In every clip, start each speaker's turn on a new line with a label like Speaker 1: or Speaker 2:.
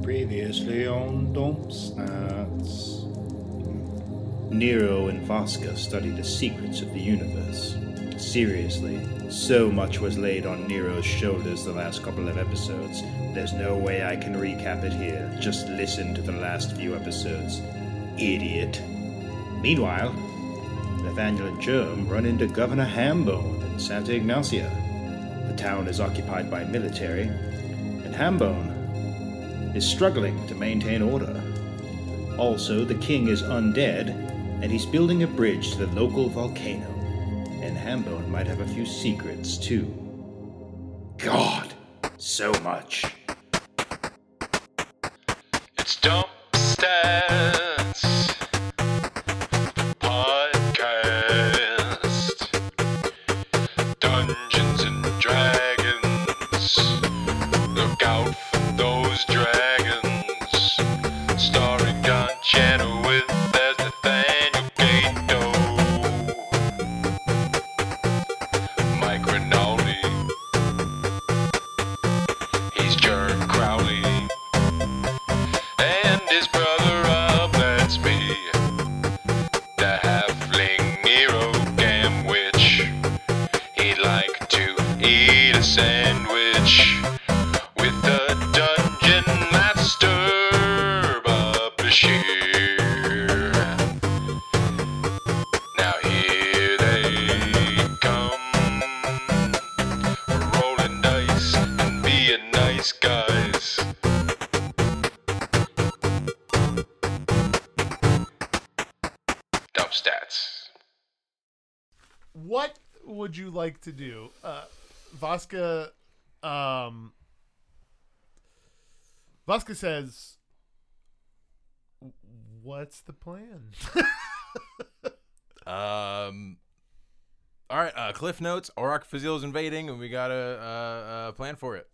Speaker 1: previously on Dump Snats.
Speaker 2: Nero and Vasca studied the secrets of the universe. Seriously, so much was laid on Nero's shoulders the last couple of episodes. There's no way I can recap it here. Just listen to the last few episodes. Idiot. Meanwhile, Nathaniel and Germ run into Governor Hambone in Santa Ignacia. The town is occupied by military, and Hambone is struggling to maintain order. Also, the king is undead, and he's building a bridge to the local volcano. And Hambone might have a few secrets, too. God! So much.
Speaker 3: It's Dump Stats Podcast Dungeons and Dragons. Look out for those dragons. Starring John Chenoweth as Nathaniel Gato. Mike Rinaldi. He's Jerk Crowley and his brother Rob, that's me. The halfling Nero Gamwich. He'd like to eat a sandwich with the dungeon master, Bob Bashir. Now here they come. We're rolling dice and being nice guys. Dump stats.
Speaker 4: what would you like to do uh vasca um vasca says what's the plan
Speaker 5: Um. All right, uh, Cliff Notes. Auroch Fazil's invading, and we got a, uh a plan for it.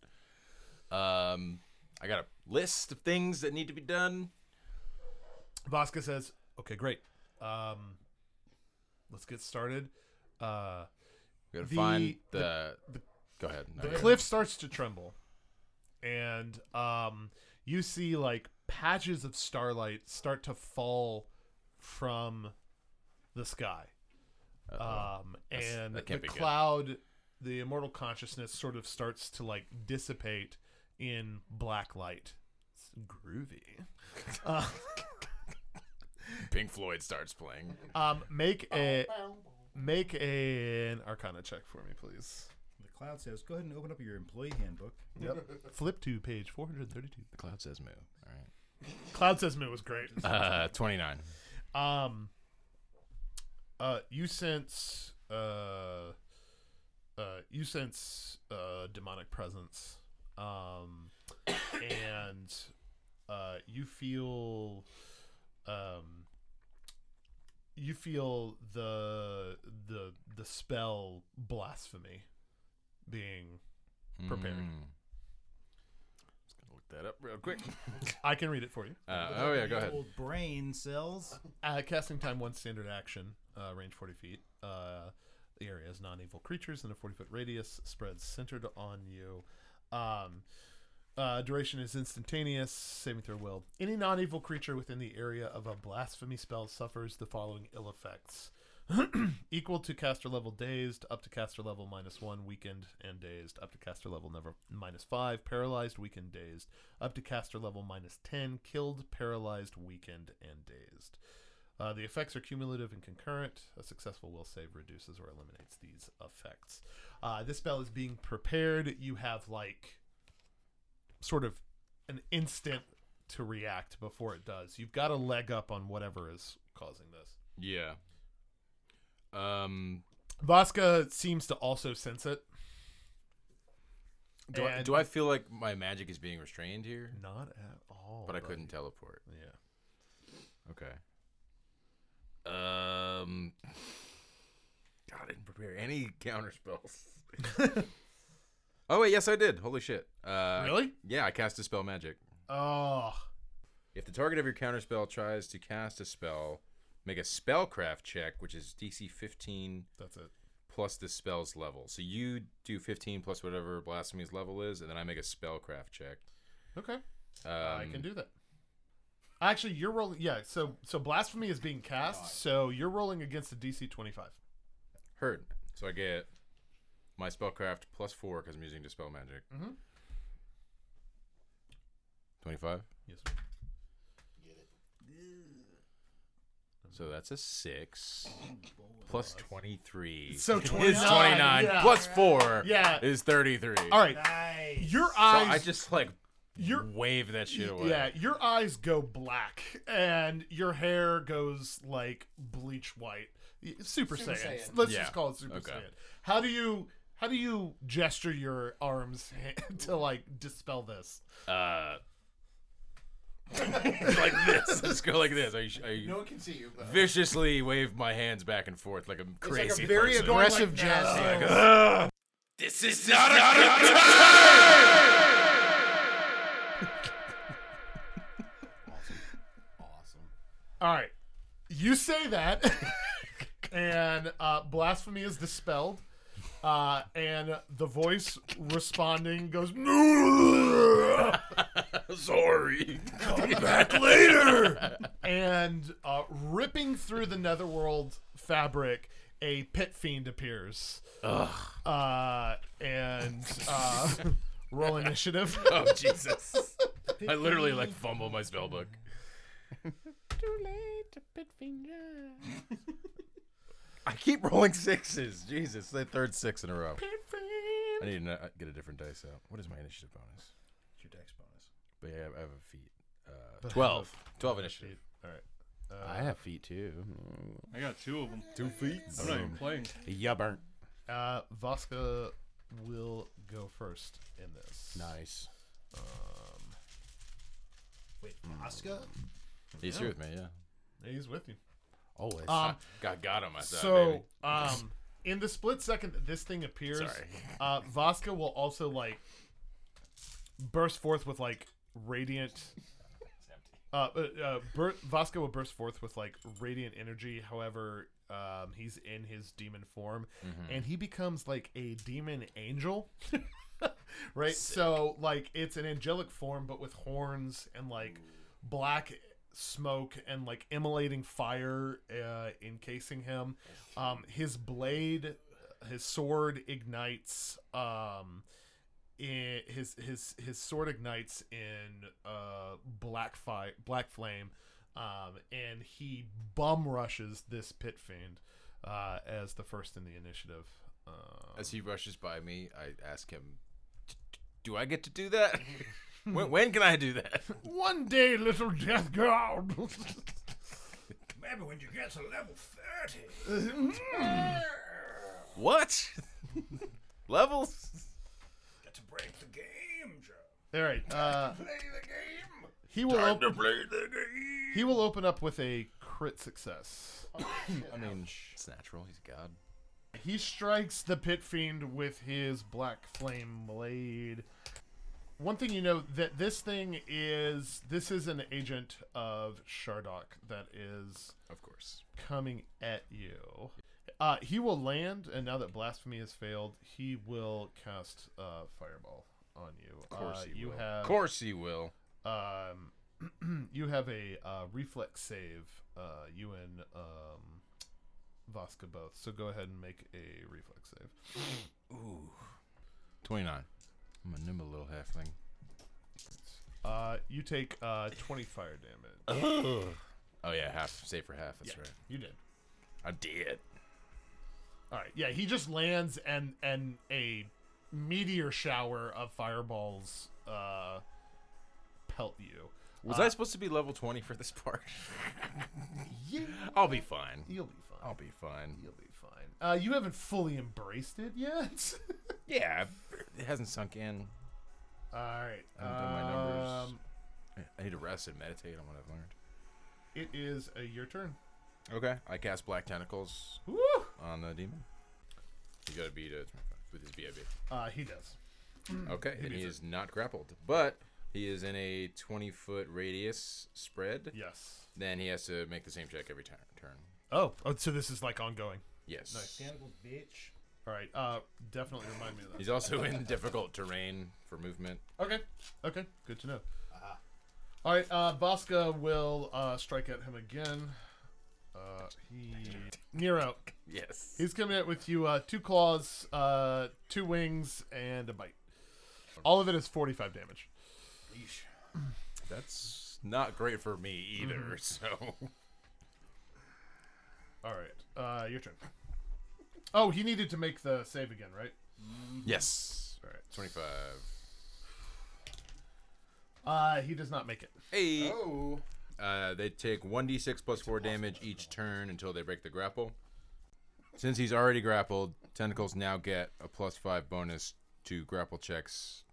Speaker 5: Um, I got a list of things that need to be done.
Speaker 4: vasca says okay great um let's get started uh
Speaker 5: We gotta
Speaker 4: The-
Speaker 5: find the,
Speaker 4: the-
Speaker 5: Go ahead. No,
Speaker 4: the
Speaker 5: yeah.
Speaker 4: cliff starts to tremble and um you see like patches of starlight start to fall from the sky um
Speaker 5: That's-
Speaker 4: and
Speaker 5: that can't
Speaker 4: the
Speaker 5: be good.
Speaker 4: cloud the immortal consciousness sort of starts to like dissipate in black light it's groovy Uh,
Speaker 5: Pink Floyd starts playing.
Speaker 4: um make a make a, an arcana check for me please
Speaker 2: The cloud says, go ahead and open up your employee handbook.
Speaker 4: flip to page 432
Speaker 5: The cloud says move. All right.
Speaker 4: cloud says it was great
Speaker 5: Uh, twenty nine.
Speaker 4: Um. Uh, you sense. Uh. Uh, you sense uh, demonic presence, um, and uh, you feel, um, you feel the the the spell blasphemy being prepared.
Speaker 5: Just gonna look that up real quick.
Speaker 4: I can read it for you.
Speaker 5: Uh, oh yeah, go ahead.
Speaker 2: Old brain cells.
Speaker 4: Uh, casting time one standard action, uh, range 40 feet. Uh, the area is non evil creatures in a 40 foot radius, spreads centered on you. Um, uh, duration is instantaneous, saving throw will. Any non evil creature within the area of a blasphemy spell suffers the following ill effects equal to caster level dazed, up to caster level minus one, weakened and dazed, up to caster level never minus five, paralyzed, weakened, dazed, up to caster level minus ten, killed, paralyzed, weakened, and dazed. Uh, the effects are cumulative and concurrent. A successful will save reduces or eliminates these effects. Uh, this spell is being prepared. You have like sort of an instant to react before it does. You've got a leg up on whatever is causing this.
Speaker 5: Yeah. Um.
Speaker 4: Vasca seems to also sense it.
Speaker 5: Do I,
Speaker 4: And-
Speaker 5: do I feel like my magic is being restrained here?
Speaker 4: Not at all.
Speaker 5: But I
Speaker 4: buddy.
Speaker 5: couldn't teleport.
Speaker 4: Yeah.
Speaker 5: Okay. Um. God, I didn't prepare any counter spells. oh wait, yes I did. Holy shit! Uh,
Speaker 4: Really?
Speaker 5: Yeah, I cast a spell magic.
Speaker 4: Oh.
Speaker 5: If the target of your counter spell tries to cast a spell, make a spellcraft check, which is DC 15
Speaker 4: That's it.
Speaker 5: plus the spell's level. So you do 15 plus whatever blasphemy's level is, and then I make a spellcraft check. Um,
Speaker 4: Okay. I can do that. Actually, you're rolling. Yeah, so so blasphemy is being cast, so you're rolling against a DC 25.
Speaker 5: Heard. So I get my spellcraft plus four because I'm using dispel magic.
Speaker 4: Mhm.
Speaker 5: Twenty-five.
Speaker 4: Yes.
Speaker 5: So that's a six. Plus twenty-three.
Speaker 4: So
Speaker 5: is
Speaker 4: 29,
Speaker 5: twenty-nine.
Speaker 4: yeah.
Speaker 5: Plus four.
Speaker 4: Yeah.
Speaker 5: Is thirty-three.
Speaker 4: All right,
Speaker 2: Nice.
Speaker 4: your
Speaker 5: So
Speaker 4: eyes.
Speaker 5: I just like
Speaker 4: your
Speaker 5: wave that shit away.
Speaker 4: Yeah, your eyes go black and your hair goes like bleach white. Y- Super,
Speaker 6: Super
Speaker 4: Saiyan.
Speaker 6: Saiyan.
Speaker 4: Let's
Speaker 5: Yeah.
Speaker 4: just call it Super
Speaker 5: Okay.
Speaker 4: Saiyan. How do you how do you gesture your arms to like dispel this?
Speaker 5: Uh, like this. Let's go like this. I, I
Speaker 6: No one can see you, but
Speaker 5: viciously wave my hands back and forth like a
Speaker 6: it's like
Speaker 5: crazy
Speaker 6: a very
Speaker 5: person.
Speaker 6: aggressive jazz hands.
Speaker 5: This is not a
Speaker 4: All right. You say that and uh, blasphemy is dispelled. Uh, and the voice responding goes
Speaker 5: sorry.
Speaker 4: and uh, ripping through the netherworld fabric, a pit fiend appears. Uh, and uh, roll initiative.
Speaker 5: Oh Jesus! I literally like fumble my spell book. I keep rolling sixes. Jesus, the third six in a row. I need to uh, get a different dice out. What is my initiative bonus?
Speaker 2: Your dex bonus.
Speaker 5: But yeah, I have a feat. Uh, Twelve. Twelve initiative.
Speaker 4: All right. Uh,
Speaker 7: I have feet too.
Speaker 8: I got two of them.
Speaker 5: Two feats. Mm.
Speaker 8: I'm not even playing.
Speaker 7: Yeah, burnt.
Speaker 4: Uh, Vasca will go first in this.
Speaker 7: Nice.
Speaker 2: Wait, Oscar?
Speaker 5: He's here with me. Yeah.
Speaker 4: He's with you.
Speaker 7: Always.
Speaker 4: Um,
Speaker 5: Got God on my side.
Speaker 4: so, um, in the split second that this thing appears,
Speaker 5: Sorry.
Speaker 4: uh, Vasca will also like burst forth with like radiant. Uh, uh, uh, Bur- Vasco will burst forth with like radiant energy. However, um, he's in his demon form,
Speaker 5: Mm-hmm.
Speaker 4: and he becomes like a demon angel, right? So like it's an angelic form, but with horns and like black smoke and like immolating fire uh, encasing him. Um, his blade, his sword ignites. Um, in, his his his sword ignites in uh black fire black flame um and he bum rushes this pit fiend uh as the first in the initiative uh,
Speaker 5: As he rushes by me, I ask him, "D- d- "Do I get to do that? when, when can I do that?"
Speaker 4: one day little death god
Speaker 2: Maybe when you get to level 30.
Speaker 5: what? Levels?
Speaker 2: Get to break the game, Joe.
Speaker 4: all right uh
Speaker 2: Play the game.
Speaker 4: he will op-
Speaker 2: play the game.
Speaker 4: he will open up with a crit success
Speaker 5: I mean, it's natural. He's a god.
Speaker 4: he strikes the pit fiend with his black flame blade one thing you know that this thing is this is an agent of Shardok that is
Speaker 5: Of course.
Speaker 4: coming at you. Uh, he will land, and now that blasphemy has failed, he will cast uh, fireball on you. Of
Speaker 5: course
Speaker 4: uh,
Speaker 5: he
Speaker 4: you
Speaker 5: will.
Speaker 4: have
Speaker 5: Of course he will.
Speaker 4: um, you have a uh, reflex save. Uh, you and um, Vasca both. So go ahead and make a reflex save.
Speaker 5: 29. I'm a nimble little halfling.
Speaker 4: Uh, you take uh, twenty fire damage.
Speaker 5: Oh, yeah, half. Save for half. That's right.
Speaker 4: You did.
Speaker 5: I did.
Speaker 4: All right. Yeah, he just lands and and a meteor shower of fireballs uh pelt you.
Speaker 5: Was I supposed to be level 20 for this part? I'll be fine.
Speaker 4: You'll be fine.
Speaker 5: I'll be fine.
Speaker 4: You'll be fine. Uh, you haven't fully embraced it yet.
Speaker 5: Yeah, it hasn't sunk in.
Speaker 4: All right.
Speaker 5: haven't done my numbers.
Speaker 4: um,
Speaker 5: I need to rest and meditate on what I've learned.
Speaker 4: It is uh, your turn.
Speaker 5: Okay. I cast Black Tentacles
Speaker 4: Woo!
Speaker 5: on the demon. You gotta beat a 25 with his BIB.
Speaker 4: Uh, he does.
Speaker 5: Okay, and Hmm. he is not grappled, but he is in a 20 foot radius spread.
Speaker 4: Yes.
Speaker 5: Then he has to make the same check every turn. turn.
Speaker 4: Oh. Oh. So this is like ongoing.
Speaker 5: Yes.
Speaker 2: bitch.
Speaker 4: All right. Uh, definitely remind me of
Speaker 5: He's also in difficult terrain for movement.
Speaker 4: that. Okay. Okay. Good to know. All right, uh, Bosca will uh, strike at him again. Uh, he Nero.
Speaker 5: Yes.
Speaker 4: He's coming at with you. Uh, two claws, uh, two wings, and a bite. All of it is forty-five damage.
Speaker 5: That's Mm-hmm. not great for me either. So
Speaker 4: All right, uh, your turn. Oh, he needed to make the save again, right?
Speaker 5: yes.
Speaker 4: All right.
Speaker 5: Twenty-five.
Speaker 4: Uh, he does not make it.
Speaker 5: Eight. Oh. Uh, they take one d6 plus four damage each turn until they break the grapple. Since he's already grappled, tentacles now get a plus five bonus to grapple checks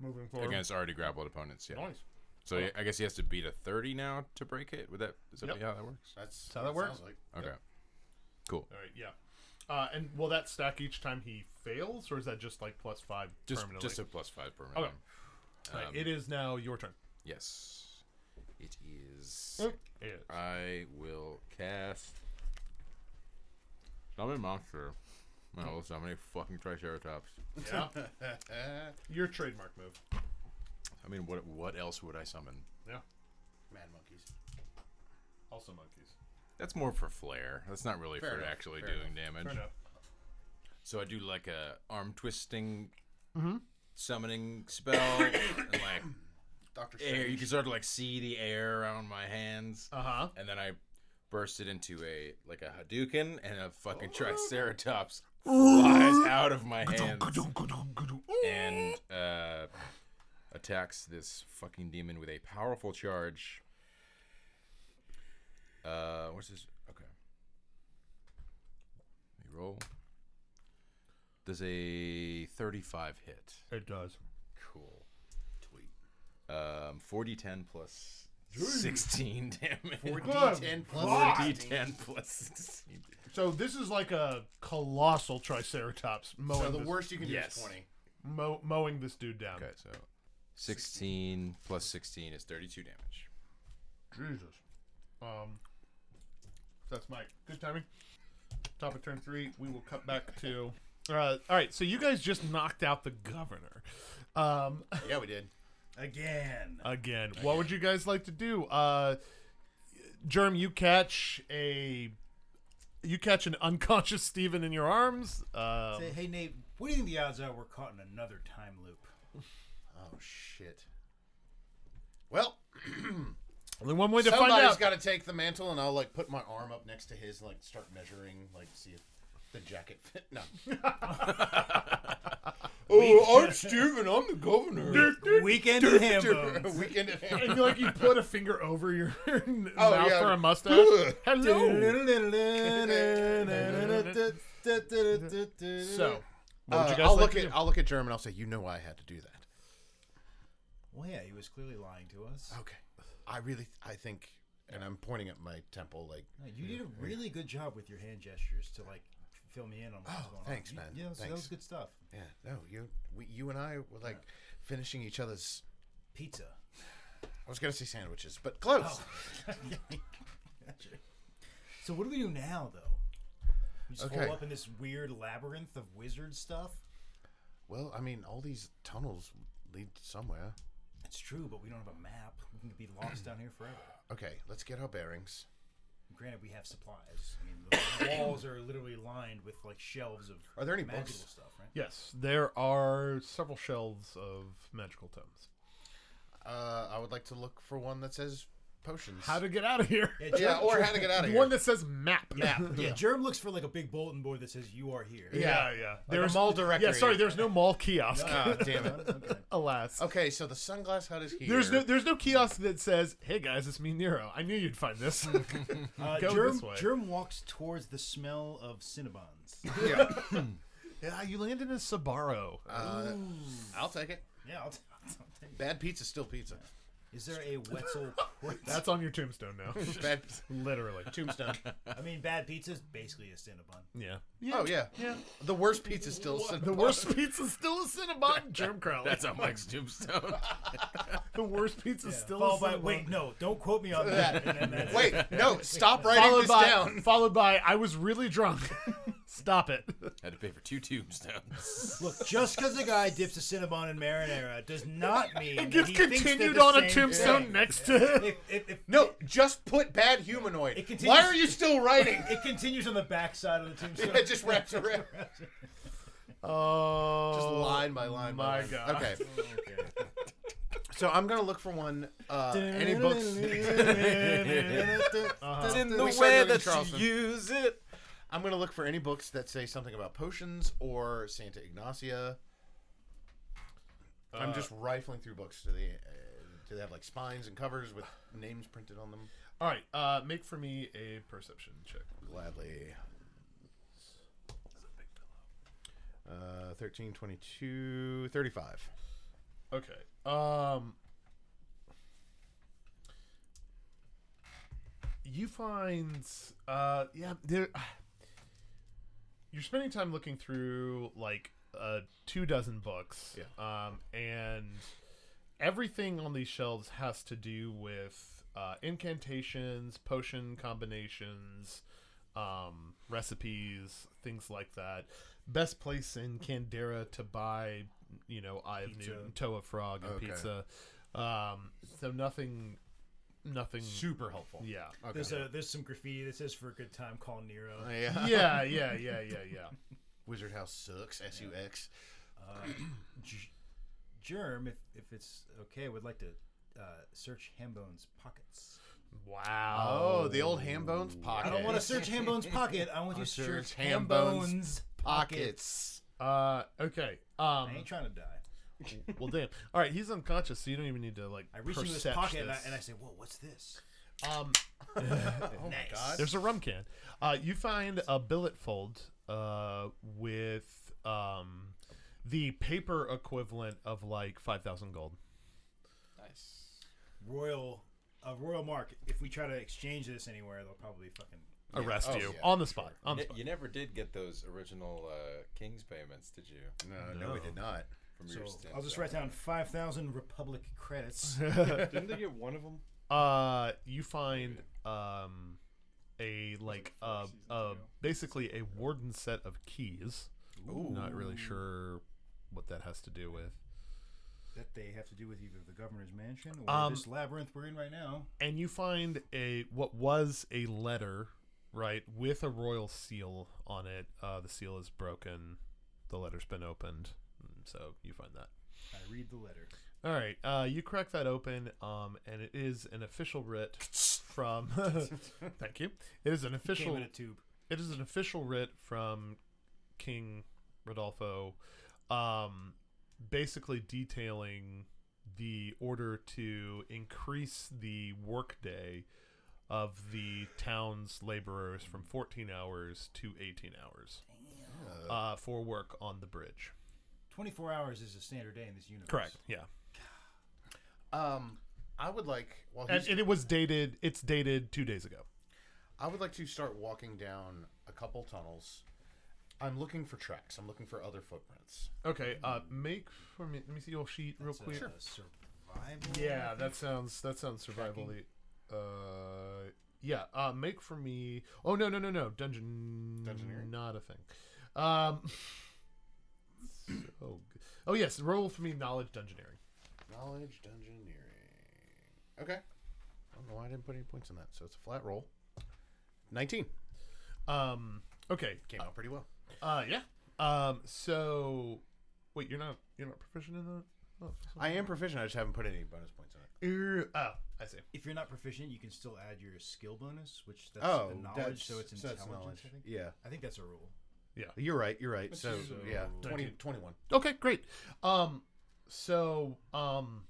Speaker 4: Moving forward.
Speaker 5: against already grappled opponents. Yeah.
Speaker 4: Nice.
Speaker 5: So I guess he has to beat a 30 now to break it. Would that is that
Speaker 4: Yep.
Speaker 5: how that works?
Speaker 1: That's
Speaker 4: how that works.
Speaker 1: Sounds like.
Speaker 5: Okay. Cool.
Speaker 4: All right. Yeah. Uh, and will that stack each time he fails, or is that just like plus five
Speaker 5: Just
Speaker 4: permanently?
Speaker 5: just a plus five per minute.
Speaker 4: All right, it is now your turn.
Speaker 5: Yes. It is.
Speaker 4: It is.
Speaker 5: I will cast. Summon monster. No, we'll summon a fucking triceratops.
Speaker 4: Yeah. your trademark move.
Speaker 5: I mean, what what else would I summon?
Speaker 4: Yeah.
Speaker 1: Mad monkeys.
Speaker 4: Also monkeys.
Speaker 5: That's more for flair. That's not really for
Speaker 1: enough,
Speaker 5: actually
Speaker 1: fair
Speaker 5: doing damage.
Speaker 4: Fair enough.
Speaker 5: So I do like a arm twisting, summoning spell, and like
Speaker 1: Doctor
Speaker 5: air. You
Speaker 1: Strange.
Speaker 5: can sort of like see the air around my hands.
Speaker 4: Uh huh.
Speaker 5: and then I burst it into a like a Hadouken and a fucking Triceratops flies out of my hands and uh, attacks this fucking demon with a powerful charge. Uh, what's this? Okay, let me roll. Does a thirty-five hit?
Speaker 4: It does.
Speaker 5: Cool. Tweet. Um, 40, 10 plus 16 damage.
Speaker 1: 4d10 plus 16.
Speaker 5: 10 plus 16.
Speaker 4: So this is like a colossal triceratops mowing,
Speaker 1: So the
Speaker 4: this,
Speaker 1: worst you can do
Speaker 5: Yes.
Speaker 1: is 20.
Speaker 4: mow, mowing this dude down.
Speaker 5: Okay, so 16 plus 16 is 32 damage.
Speaker 4: Jesus. Um, that's Mike. Good timing. Top of turn three. We will cut back to. Uh, all right. So you guys just knocked out the governor. Um,
Speaker 1: Yeah, we did. Again.
Speaker 4: again, what would you guys like to do? Uh, Germ, you catch a. You catch an unconscious Steven in your arms. Um,
Speaker 9: Say, hey Nate, what do you think the odds are we're caught in another time loop?
Speaker 1: Oh, shit. Well,
Speaker 4: only one way to find
Speaker 1: somebody's
Speaker 4: out.
Speaker 1: got to take the mantle, and I'll, like, put my arm up next to his, like, start measuring, like, see if the jacket fit. No. oh, I'm Steven. I'm the governor.
Speaker 9: Weekend in Hambo.
Speaker 1: Weekend at Hamburg.
Speaker 4: and like you put a finger over your mouth
Speaker 1: Oh, yeah.
Speaker 4: for a mustache. Hello.
Speaker 1: so,
Speaker 4: So, what would you guys
Speaker 1: Uh, I'll
Speaker 4: like
Speaker 1: look
Speaker 4: to
Speaker 1: at
Speaker 4: do?
Speaker 1: I'll look at German. I'll say, you know, I had to do that.
Speaker 9: Well, yeah, he was clearly lying to us.
Speaker 1: Okay, I really, I think, and I'm pointing at my temple, like,
Speaker 9: No, you did a really good job with your hand gestures to like fill me in on what was
Speaker 1: Oh,
Speaker 9: going
Speaker 1: thanks,
Speaker 9: on. You-
Speaker 1: man.
Speaker 9: Yeah, so that
Speaker 1: Thanks.
Speaker 9: was good stuff.
Speaker 1: yeah, no, you, we, you and I were like finishing each other's.
Speaker 9: Pizza.
Speaker 1: I was gonna say sandwiches, but close.
Speaker 4: Oh.
Speaker 9: Gotcha. so what do we do now, though? We just
Speaker 1: Okay.
Speaker 9: hole up in this weird labyrinth of wizard stuff.
Speaker 1: Well, I mean, all these tunnels lead somewhere.
Speaker 9: It's true, but we don't have a map. We can be lost down here forever.
Speaker 1: Okay, let's get our bearings.
Speaker 9: Granted, we have supplies. I mean, the walls are literally lined with like shelves of
Speaker 1: Are there any
Speaker 9: magical
Speaker 1: books?
Speaker 9: stuff, right?
Speaker 4: Yes, there are several shelves of magical tomes.
Speaker 1: Uh, I would like to look for one that says potions.
Speaker 4: How to get out of here?
Speaker 9: Germ-
Speaker 1: yeah, or how to get out of here.
Speaker 4: One that says map.
Speaker 9: Yeah, oh, yeah. Germ looks for like a big bulletin board that says "You are here."
Speaker 4: yeah.
Speaker 1: There's mall directory.
Speaker 4: Yeah, sorry, there's no mall kiosk.
Speaker 1: Ah, damn it.
Speaker 9: Okay.
Speaker 4: Alas.
Speaker 1: Okay, so the sunglass hut is here.
Speaker 4: There's no there's no kiosk that says, "Hey guys, it's me Nero. I knew you'd find this."
Speaker 9: Uh,
Speaker 4: Go
Speaker 9: Germ,
Speaker 4: this way.
Speaker 9: Germ walks towards the smell of Cinnabons.
Speaker 1: Yeah.
Speaker 4: yeah, you land in a Sabaro.
Speaker 1: Uh, I'll take it.
Speaker 9: yeah, I'll, t- I'll take it.
Speaker 1: Bad pizza's still pizza.
Speaker 9: Is there a Wetzel?
Speaker 4: That's on your tombstone now.
Speaker 1: Bad
Speaker 4: Literally.
Speaker 1: tombstone.
Speaker 9: I mean, bad pizza is basically a Cinnabon.
Speaker 4: Yeah.
Speaker 1: Oh yeah. Yeah. The worst pizza still.
Speaker 4: The worst pizza's still a Cinnabon Germ Crowley.
Speaker 5: That's on Mike's tombstone.
Speaker 4: the worst pizza's still
Speaker 9: Followed
Speaker 4: a
Speaker 9: by,
Speaker 4: Cinnabon.
Speaker 9: wait, no, don't quote me on that. And then that's it.
Speaker 1: Wait, no. Stop writing
Speaker 4: Followed
Speaker 1: this
Speaker 4: by
Speaker 1: down.
Speaker 4: followed by I was really drunk. Stop it.
Speaker 5: Had to pay for two tombstones.
Speaker 9: Look, just because a guy dips a Cinnabon in marinara does not mean
Speaker 4: It gets
Speaker 9: that he thinks they're
Speaker 4: continued
Speaker 9: the
Speaker 4: on a
Speaker 9: same
Speaker 4: tombstone next to
Speaker 9: It, it, it,
Speaker 1: No, just put bad humanoid.
Speaker 9: It
Speaker 1: Why
Speaker 9: continues-
Speaker 1: are you still writing?
Speaker 9: it continues on the back side of the tombstone.
Speaker 1: it just wraps around.
Speaker 4: Oh,
Speaker 1: Just line by line. by
Speaker 4: my
Speaker 1: line.
Speaker 4: God.
Speaker 1: Okay. so I'm gonna look for one. Uh, any books?
Speaker 5: It's in the
Speaker 1: We started
Speaker 5: way
Speaker 1: doing
Speaker 5: that
Speaker 1: Charleston.
Speaker 5: you use it.
Speaker 1: I'm gonna look for any books that say something about potions or Santa Ignacia. I'm just rifling through books. Do they uh, do they have like spines and covers with names printed on them?
Speaker 4: All right, uh, make for me a perception check.
Speaker 1: Gladly. Uh, 13, 22, 35.
Speaker 4: Okay. Um You find uh yeah, there you're spending time looking through like uh two dozen books.
Speaker 1: Yeah.
Speaker 4: Um and everything on these shelves has to do with uh incantations, potion combinations, um, recipes, things like that. Best place in Candera to buy, you know, Eye of Newton, Toe of Frog, and
Speaker 1: Okay.
Speaker 4: pizza. Um, so nothing, nothing.
Speaker 1: Super helpful.
Speaker 4: Yeah.
Speaker 9: There's a there's some graffiti that says for a good time call Nero.
Speaker 1: Oh, yeah.
Speaker 4: yeah, yeah, yeah, yeah, yeah.
Speaker 1: Wizard House sucks. S U X.
Speaker 9: G- Germ, if if it's okay, would like to uh, search Hambone's pockets.
Speaker 4: Wow.
Speaker 1: Oh, the old ham bones pocket.
Speaker 9: I don't want to search Hambone's pocket. I want you to
Speaker 1: search
Speaker 9: search
Speaker 1: Hambone's
Speaker 9: Hambone's pockets.
Speaker 1: pockets.
Speaker 4: Uh, okay.
Speaker 9: I
Speaker 4: Um.
Speaker 9: ain't trying to die.
Speaker 4: Well, damn. All right. He's unconscious, so you don't even need to like.
Speaker 9: I reach into his
Speaker 4: percept
Speaker 9: pocket and I,
Speaker 4: this.
Speaker 9: and I say, "Whoa, what's this?"
Speaker 4: Um,
Speaker 1: Oh my god.
Speaker 4: There's a rum can. Uh, you find a billet fold uh, with um, the paper equivalent of like 5,000 gold.
Speaker 9: Royal, a royal mark. If we try to exchange this anywhere, they'll probably fucking.
Speaker 4: Arrest
Speaker 1: Oh,
Speaker 4: you
Speaker 1: yeah,
Speaker 4: on the spot. On the
Speaker 5: Ne-
Speaker 4: spot.
Speaker 5: You never did get those original uh, King's payments, did you?
Speaker 1: no, no, we did not.
Speaker 5: From
Speaker 9: So
Speaker 5: your stint
Speaker 9: I'll just
Speaker 5: there?
Speaker 9: write down Oh. five thousand Republic credits.
Speaker 8: Didn't they get one of them?
Speaker 4: Uh, you find um, a like uh, uh, basically a warden set of keys. Not really sure what that has to do with.
Speaker 9: that they have to do with either the governor's mansion or
Speaker 4: Um,
Speaker 9: this labyrinth we're in right now.
Speaker 4: and you find a what was a letter right with a royal seal on it uh, the seal is broken the letter's been opened mm, so you find that
Speaker 9: I read the letter.
Speaker 4: all right uh, you crack that open um, and it is an official writ from thank you it is an
Speaker 9: Came
Speaker 4: official
Speaker 9: in a tube.
Speaker 4: it is an official writ from King Rodolfo, um, basically detailing the order to increase the workday of the town's laborers from 14 hours to 18 hours uh, for work on the bridge.
Speaker 9: 24 hours is a standard day in this universe.
Speaker 4: Yeah.
Speaker 1: Um, I would like while
Speaker 4: And,
Speaker 1: he's,
Speaker 4: and it was dated, it's dated two days ago.
Speaker 1: I would like to start walking down a couple tunnels. I'm looking for tracks. I'm looking for other footprints.
Speaker 4: Okay. Uh, make for me, let me see your sheet real quick.
Speaker 9: Uh, survival.
Speaker 4: Yeah, that sounds that sounds survivally. Uh, yeah. Uh, make for me. Oh no no no no dungeon.
Speaker 1: Dungeoneering?
Speaker 4: Not a thing. Um. oh, g- oh yes. Roll for me knowledge dungeoneering.
Speaker 1: Knowledge dungeoneering. Okay. I don't know why I didn't put any points in that. So it's a flat roll. 19.
Speaker 4: Um. Okay.
Speaker 1: Came out pretty well.
Speaker 4: Uh. Yeah. Um. So, wait. You're not. You're not proficient in that. Oh,
Speaker 1: I am proficient. I just haven't put any bonus points in it.
Speaker 4: er, oh I see.
Speaker 9: If you're not proficient, you can still add your skill bonus, which that's
Speaker 1: Oh,
Speaker 9: the
Speaker 1: that's-
Speaker 9: knowledge, so it's
Speaker 1: so that's
Speaker 9: intelligence, I think.
Speaker 1: Yeah.
Speaker 9: I think that's a rule.
Speaker 1: You're right. You're right. So,
Speaker 4: uh,
Speaker 1: yeah. 20,
Speaker 4: 19.
Speaker 1: 21.
Speaker 4: Okay, great. Um, so um,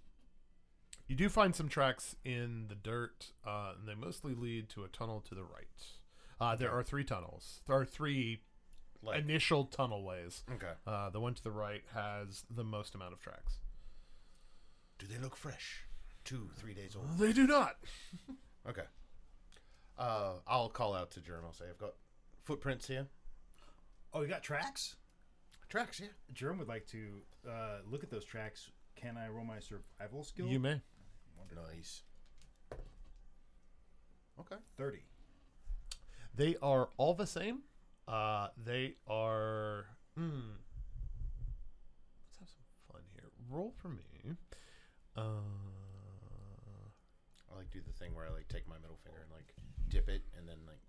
Speaker 4: you do find some tracks in the dirt, uh, and they mostly lead to a tunnel to the right. Uh, there are three tunnels. There are three
Speaker 1: Like-
Speaker 4: initial tunnel ways.
Speaker 1: Okay.
Speaker 4: Uh, the one to the right has the most amount of tracks.
Speaker 1: Do they look fresh? Two, three days old.
Speaker 4: They do not.
Speaker 1: Mm-hmm. Okay. Uh, I'll call out to Jerm. I'll say, I've got footprints here.
Speaker 9: Oh, you got tracks?
Speaker 1: Tracks, yeah.
Speaker 9: Jerm would like to uh, look at those tracks. Can I roll my survival skill?
Speaker 4: You may.
Speaker 1: Nice. Okay.
Speaker 9: 30.
Speaker 4: They are all the same. Uh, they are. Hmm. Let's have some fun here. Roll for me. Uh,
Speaker 1: like do the thing where I like take my middle finger and like dip it and then like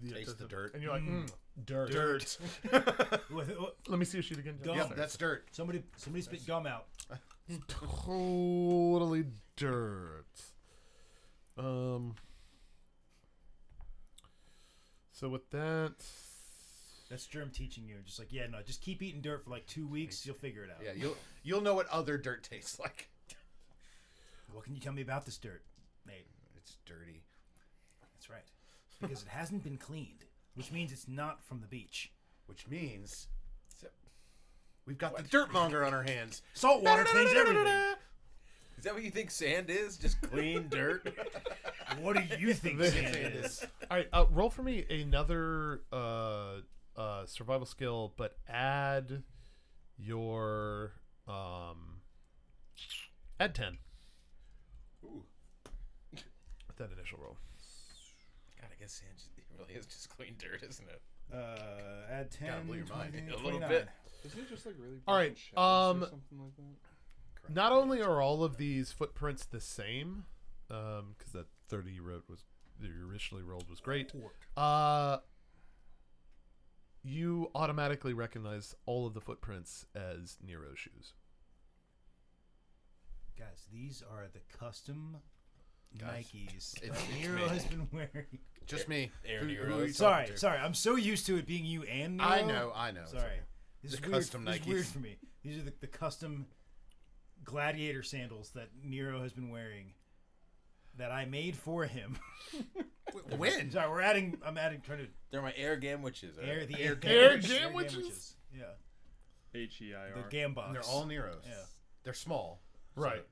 Speaker 4: Yeah,
Speaker 1: taste the
Speaker 4: doesn't-
Speaker 1: dirt.
Speaker 4: And you're like, mm,
Speaker 9: Dirt.
Speaker 4: dirt.
Speaker 9: With- uh,
Speaker 4: Let me see your sheet again. John.
Speaker 9: Gum.
Speaker 1: Yep, that's dirt.
Speaker 9: Somebody, somebody spit gum out.
Speaker 4: totally dirt. Um. So with that,
Speaker 9: That's germ teaching you. Just like, yeah, no, just keep eating dirt for like two weeks. You'll figure it out.
Speaker 1: Yeah, you'll you'll know what other dirt tastes like.
Speaker 9: What can you tell me about this dirt, mate?
Speaker 1: It's dirty.
Speaker 9: That's right. Because it hasn't been cleaned, which means it's not from the beach.
Speaker 1: Which means we've got the dirt monger on our hands.
Speaker 9: Salt water cleans everything.
Speaker 5: Is that what you think sand is? Just clean dirt?
Speaker 9: What do you think sand is?
Speaker 4: all right, uh, roll for me another uh, uh, survival skill, but add your um, add ten. Ooh. That initial roll.
Speaker 5: God, I guess sand just, it really is just clean dirt, isn't it?
Speaker 9: Uh, add 10,
Speaker 1: Gotta blow your mind
Speaker 9: 20,
Speaker 5: a little
Speaker 9: 29.
Speaker 5: bit.
Speaker 6: Isn't it just like really?
Speaker 4: All right,
Speaker 6: bright shadows or
Speaker 4: um,
Speaker 6: something like that?
Speaker 4: Not only are all of these footprints the same, because um, that thirty you wrote was that you originally rolled was great. Uh, you automatically recognize all of the footprints as Nero's shoes.
Speaker 9: Guys, these are the custom Nikes
Speaker 1: it's-
Speaker 9: that
Speaker 1: it's
Speaker 9: Nero
Speaker 1: me.
Speaker 9: has been wearing.
Speaker 1: Just me.
Speaker 5: Aaron,
Speaker 1: Who-
Speaker 5: you're
Speaker 1: who
Speaker 5: right.
Speaker 1: are you
Speaker 9: Sorry,
Speaker 1: talking to?
Speaker 9: sorry. I'm so used to it being you and Nero.
Speaker 1: I know, I know. It's
Speaker 9: Sorry.
Speaker 1: okay.
Speaker 9: This is
Speaker 1: The
Speaker 9: weird.
Speaker 1: custom
Speaker 9: this is weird
Speaker 1: Nikes.
Speaker 9: for me. These are the, the custom gladiator sandals that Nero has been wearing that I made for him.
Speaker 1: W- When?
Speaker 9: sorry, we're adding. I'm adding. Trying to
Speaker 5: They're my air gamwitches. all
Speaker 9: air
Speaker 5: right?
Speaker 9: the air,
Speaker 4: Air
Speaker 9: gamwitches.
Speaker 4: gamwitches?
Speaker 9: gamwitches. Yeah,
Speaker 8: H E I
Speaker 9: the
Speaker 8: R.
Speaker 9: gambox.
Speaker 1: They're all Neros.
Speaker 9: Yeah.
Speaker 1: They're small.
Speaker 4: Right.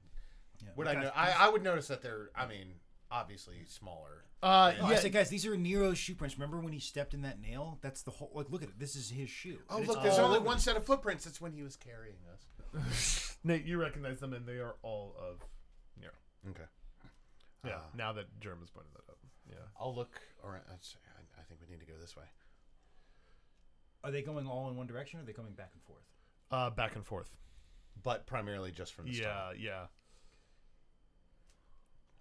Speaker 9: Yeah.
Speaker 1: Would I
Speaker 9: Guys,
Speaker 1: know? I, I would notice that they're. I mean, obviously smaller.
Speaker 4: Uh,
Speaker 9: Oh, I
Speaker 4: yeah.
Speaker 9: said, guys, these are Nero's shoe prints. Remember when he stepped in that nail? That's the whole. Like, look at it. This is his shoe.
Speaker 1: Oh,
Speaker 9: And it's
Speaker 1: look, there's
Speaker 9: all
Speaker 1: only
Speaker 9: over
Speaker 1: one
Speaker 9: the-
Speaker 1: set of footprints. That's when he was carrying us.
Speaker 4: Nate, you recognize them, and they are all of Nero.
Speaker 1: Okay.
Speaker 4: Yeah.
Speaker 1: Ah.
Speaker 4: now that Germ has pointed that out. Yeah.
Speaker 1: I'll look around. That's- I I think we need to go this way.
Speaker 9: Are they going all in one direction? or Are they coming back and forth?
Speaker 4: Uh, back and forth.
Speaker 1: But primarily just from the
Speaker 4: Yeah,
Speaker 1: start.
Speaker 4: yeah.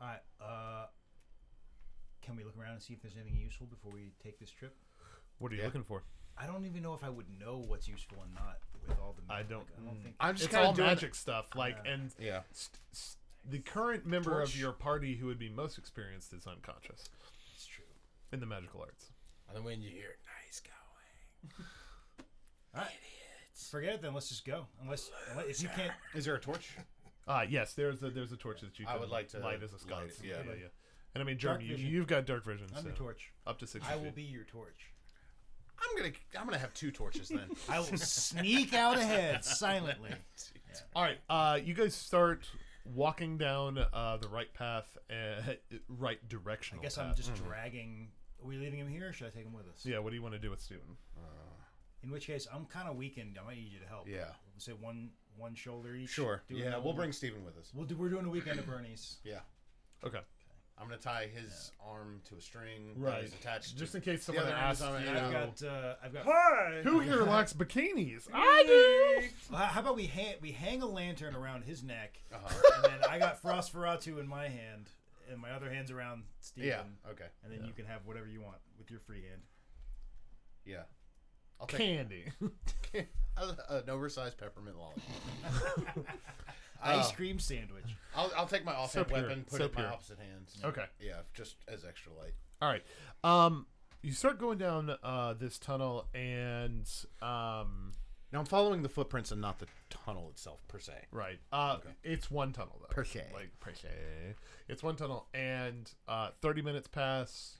Speaker 9: All right. Uh, can we look around and see if there's anything useful before we take this trip?
Speaker 4: What are you
Speaker 1: Yeah.
Speaker 4: looking for?
Speaker 9: I don't even know if I would know what's useful and not with all the.
Speaker 4: I
Speaker 9: Like,
Speaker 4: don't- mm.
Speaker 9: I don't think.
Speaker 1: I'm just
Speaker 4: it's
Speaker 1: kind
Speaker 4: all
Speaker 1: of doing.
Speaker 4: magic stuff, like and
Speaker 1: Yeah.
Speaker 4: st- st- the current member of your party who would be most experienced is unconscious
Speaker 9: That's true.
Speaker 4: in the magical arts.
Speaker 5: And then when you hear nice going,
Speaker 9: All right. Forget it then. Let's just go. Unless, unless if you can't.
Speaker 1: Is there a torch?
Speaker 4: Uh yes, there's a there's a torch that you
Speaker 1: I
Speaker 4: can
Speaker 1: would like to
Speaker 4: light as a
Speaker 1: light
Speaker 4: sconce.
Speaker 1: it, yeah.
Speaker 4: yeah, yeah. And I mean, Jeremy, you,
Speaker 9: vision.
Speaker 4: you've got dark vision.
Speaker 9: I'm
Speaker 4: so
Speaker 9: your torch.
Speaker 4: Up to six.
Speaker 9: I will be your torch.
Speaker 1: I'm gonna. I'm gonna have two torches then.
Speaker 9: I will sneak out ahead silently.
Speaker 4: All right. Uh, you guys start walking down uh, the right path, uh, right directional.
Speaker 9: I guess
Speaker 4: path.
Speaker 9: I'm just dragging. Are we leaving him here? or Should I take him with us?
Speaker 4: Yeah. What do you want to do with Steven?
Speaker 9: In which case, I'm kind of weakened. I might need you to help.
Speaker 1: Yeah.
Speaker 9: Say one one shoulder each.
Speaker 1: sure.
Speaker 9: Do
Speaker 1: yeah,
Speaker 9: another
Speaker 1: we'll
Speaker 9: one.
Speaker 1: bring Steven with us.
Speaker 9: We'll do. We're doing a weekend at Bernie's.
Speaker 1: Yeah.
Speaker 4: Okay.
Speaker 1: I'm gonna tie his arm to a string that
Speaker 4: Right.
Speaker 1: is attached.
Speaker 4: Just
Speaker 1: to
Speaker 4: in case someone
Speaker 1: the other arm
Speaker 4: asks
Speaker 1: is on it,
Speaker 4: you.
Speaker 1: and
Speaker 9: I've
Speaker 1: I'll-
Speaker 9: got. Uh, I've got.
Speaker 4: Who here likes bikinis? I do.
Speaker 9: Well, How about we hang we hang a lantern around his neck,
Speaker 1: Uh-huh.
Speaker 9: and then I got Frostferatu in my hand, and my other hand's around Steven.
Speaker 1: Yeah. Okay.
Speaker 9: And then you can have whatever you want with your free hand.
Speaker 1: Yeah. I'll take
Speaker 4: Candy.
Speaker 1: a, an oversized peppermint lolly. Uh, Oh.
Speaker 9: Ice cream sandwich.
Speaker 1: I'll, I'll take my offhand
Speaker 4: pure.
Speaker 1: weapon, put
Speaker 4: So
Speaker 1: it in my
Speaker 4: pure.
Speaker 1: opposite hand.
Speaker 4: okay.
Speaker 1: Yeah, just as extra light.
Speaker 4: All right. Um, you start going down uh, this tunnel, and um,
Speaker 1: Now I'm following the footprints and not the tunnel itself per se.
Speaker 4: Right. Uh, It's one tunnel though.
Speaker 1: Per se.
Speaker 4: Like per se. It's one tunnel, and uh, thirty minutes pass,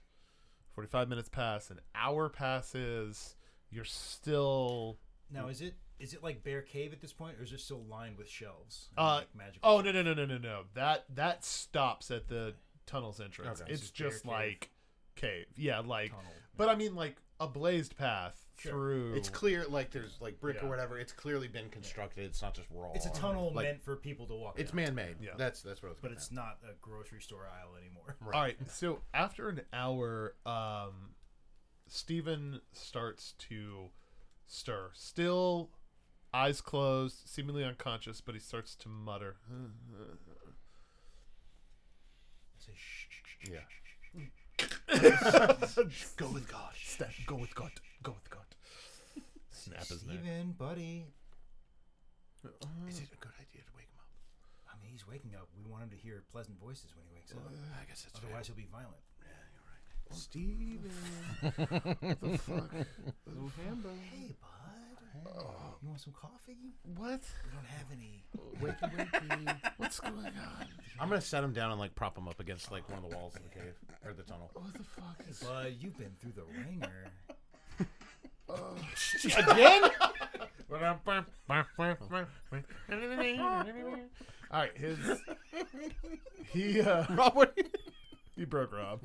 Speaker 4: forty-five minutes pass, an hour passes. You're still.
Speaker 9: Now,
Speaker 1: Mm.
Speaker 9: is it is it like Bear Cave at this point, or is it still lined with shelves? and,
Speaker 4: Uh,
Speaker 9: like magical.
Speaker 4: Oh no no no no no no! That that stops at the tunnel's entrance.
Speaker 1: Okay.
Speaker 4: It's
Speaker 9: It's just
Speaker 4: just
Speaker 9: bare cave.
Speaker 4: like cave. Yeah, like.
Speaker 9: Tunnel.
Speaker 4: But I mean, like a blazed path through.
Speaker 1: It's clear, like there's like brick
Speaker 4: Yeah.
Speaker 1: or whatever. It's clearly been constructed. It's not just raw.
Speaker 9: It's a tunnel
Speaker 1: Like,
Speaker 9: meant for people to walk.
Speaker 1: It's
Speaker 9: down,
Speaker 1: man-made.
Speaker 4: Yeah.
Speaker 1: That's that's what I was.
Speaker 9: but
Speaker 1: getting
Speaker 9: it's
Speaker 1: at.
Speaker 9: not a grocery store aisle anymore.
Speaker 4: All right. So after an hour, um, Steven starts to stir. Still eyes closed, seemingly unconscious, but he starts to mutter.
Speaker 9: Say, shh, shh, shh,
Speaker 1: Yeah.
Speaker 4: Go with God. Step. Go with God. Go with God. Snap his neck.
Speaker 9: Steven, buddy.
Speaker 1: Is it a good idea to wake him up?
Speaker 9: I mean, he's waking up. We want him to hear pleasant voices when he wakes up.
Speaker 1: I guess that's
Speaker 9: Otherwise, he'll be violent.
Speaker 1: Steven.
Speaker 9: Hey, bud. You want some coffee?
Speaker 1: What?
Speaker 9: We don't have any.
Speaker 1: Wakey, wakey. What's going on?
Speaker 7: I'm gonna set him down and like prop him up against like one of the walls of the cave or the tunnel.
Speaker 1: What the fuck is
Speaker 9: Bud, you've been through the ringer.
Speaker 4: All right, his he uh,
Speaker 7: Rob, what are you-
Speaker 4: he broke Rob.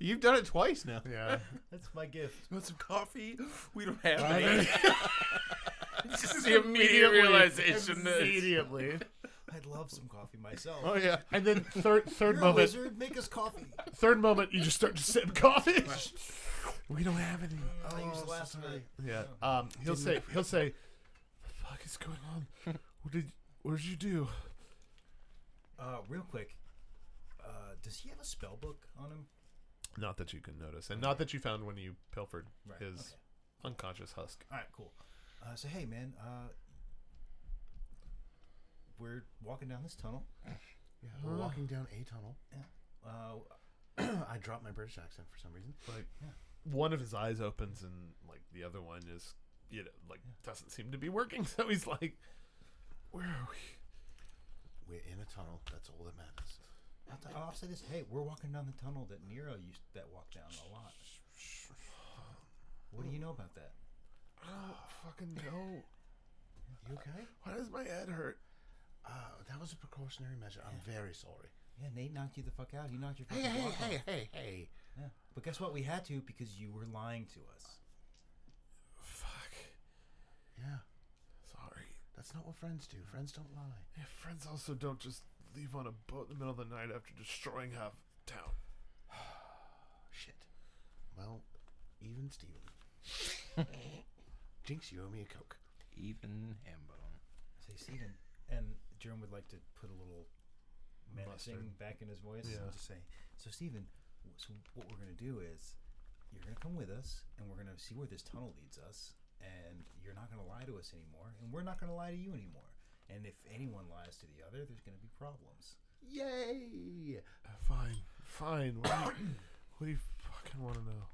Speaker 7: You've done it twice now.
Speaker 4: Yeah,
Speaker 9: That's my gift.
Speaker 5: You want some coffee? We don't have any. Just the immediate realization that
Speaker 4: immediately.
Speaker 9: I'd love some coffee myself.
Speaker 4: Oh yeah, and then third third
Speaker 9: You're a
Speaker 4: moment,
Speaker 9: wizard. Make us coffee.
Speaker 4: third moment, you just start to sip coffee. we don't have any.
Speaker 1: Oh,
Speaker 9: I used last night.
Speaker 4: Yeah. Um. He'll say. He'll say. The fuck is going on? What did? What did you do?
Speaker 9: Uh, real quick, uh, does he have a spell book on him?
Speaker 4: Not that you can notice, and not that you found when you pilfered
Speaker 9: Right,
Speaker 4: his
Speaker 9: okay.
Speaker 4: unconscious husk.
Speaker 9: All right, cool. Uh, so hey, man, uh, we're walking down this tunnel.
Speaker 1: Yeah, we're walking down a tunnel.
Speaker 9: Uh,
Speaker 1: I dropped my British accent for some reason.
Speaker 4: Like one of his eyes opens, and like the other one is, you know, like doesn't seem to be working. So he's like, "Where are we?"
Speaker 1: We're in a tunnel. That's all that matters.
Speaker 9: I'll, t- I'll say this. Hey, we're walking down the tunnel that Nero used that walked down a lot. What do you know about that?
Speaker 4: Oh, Fucking no.
Speaker 1: You okay?
Speaker 4: Why does my head hurt?
Speaker 1: Uh, that was a precautionary measure. I'm very sorry.
Speaker 9: Yeah, Nate knocked you the fuck out. He knocked your
Speaker 1: Hey,
Speaker 9: fucking
Speaker 1: hey,
Speaker 9: block off.
Speaker 1: hey, hey, hey.
Speaker 9: Yeah. But guess what? We had to because you were lying to us.
Speaker 4: Fuck.
Speaker 1: Yeah,
Speaker 4: Sorry.
Speaker 1: that's not what friends do. Friends don't lie.
Speaker 4: Yeah, friends also don't just leave on a boat in the middle of the night after destroying half town.
Speaker 1: Shit. Well, even Steven. Jinx, you owe me a Coke.
Speaker 5: even Hambone.
Speaker 9: Say, Steven. And Jerome would like to put a little menacing back in his voice and just say, So, Steven, w- so what we're going to do is you're going to come with us and we're going to see where this tunnel leads us. And you're not going to lie to us anymore. And we're not going to lie to you anymore. And if anyone lies to the other, there's going to be problems.
Speaker 1: Yay!
Speaker 4: Fine, fine. What do you, what do you fucking want to know?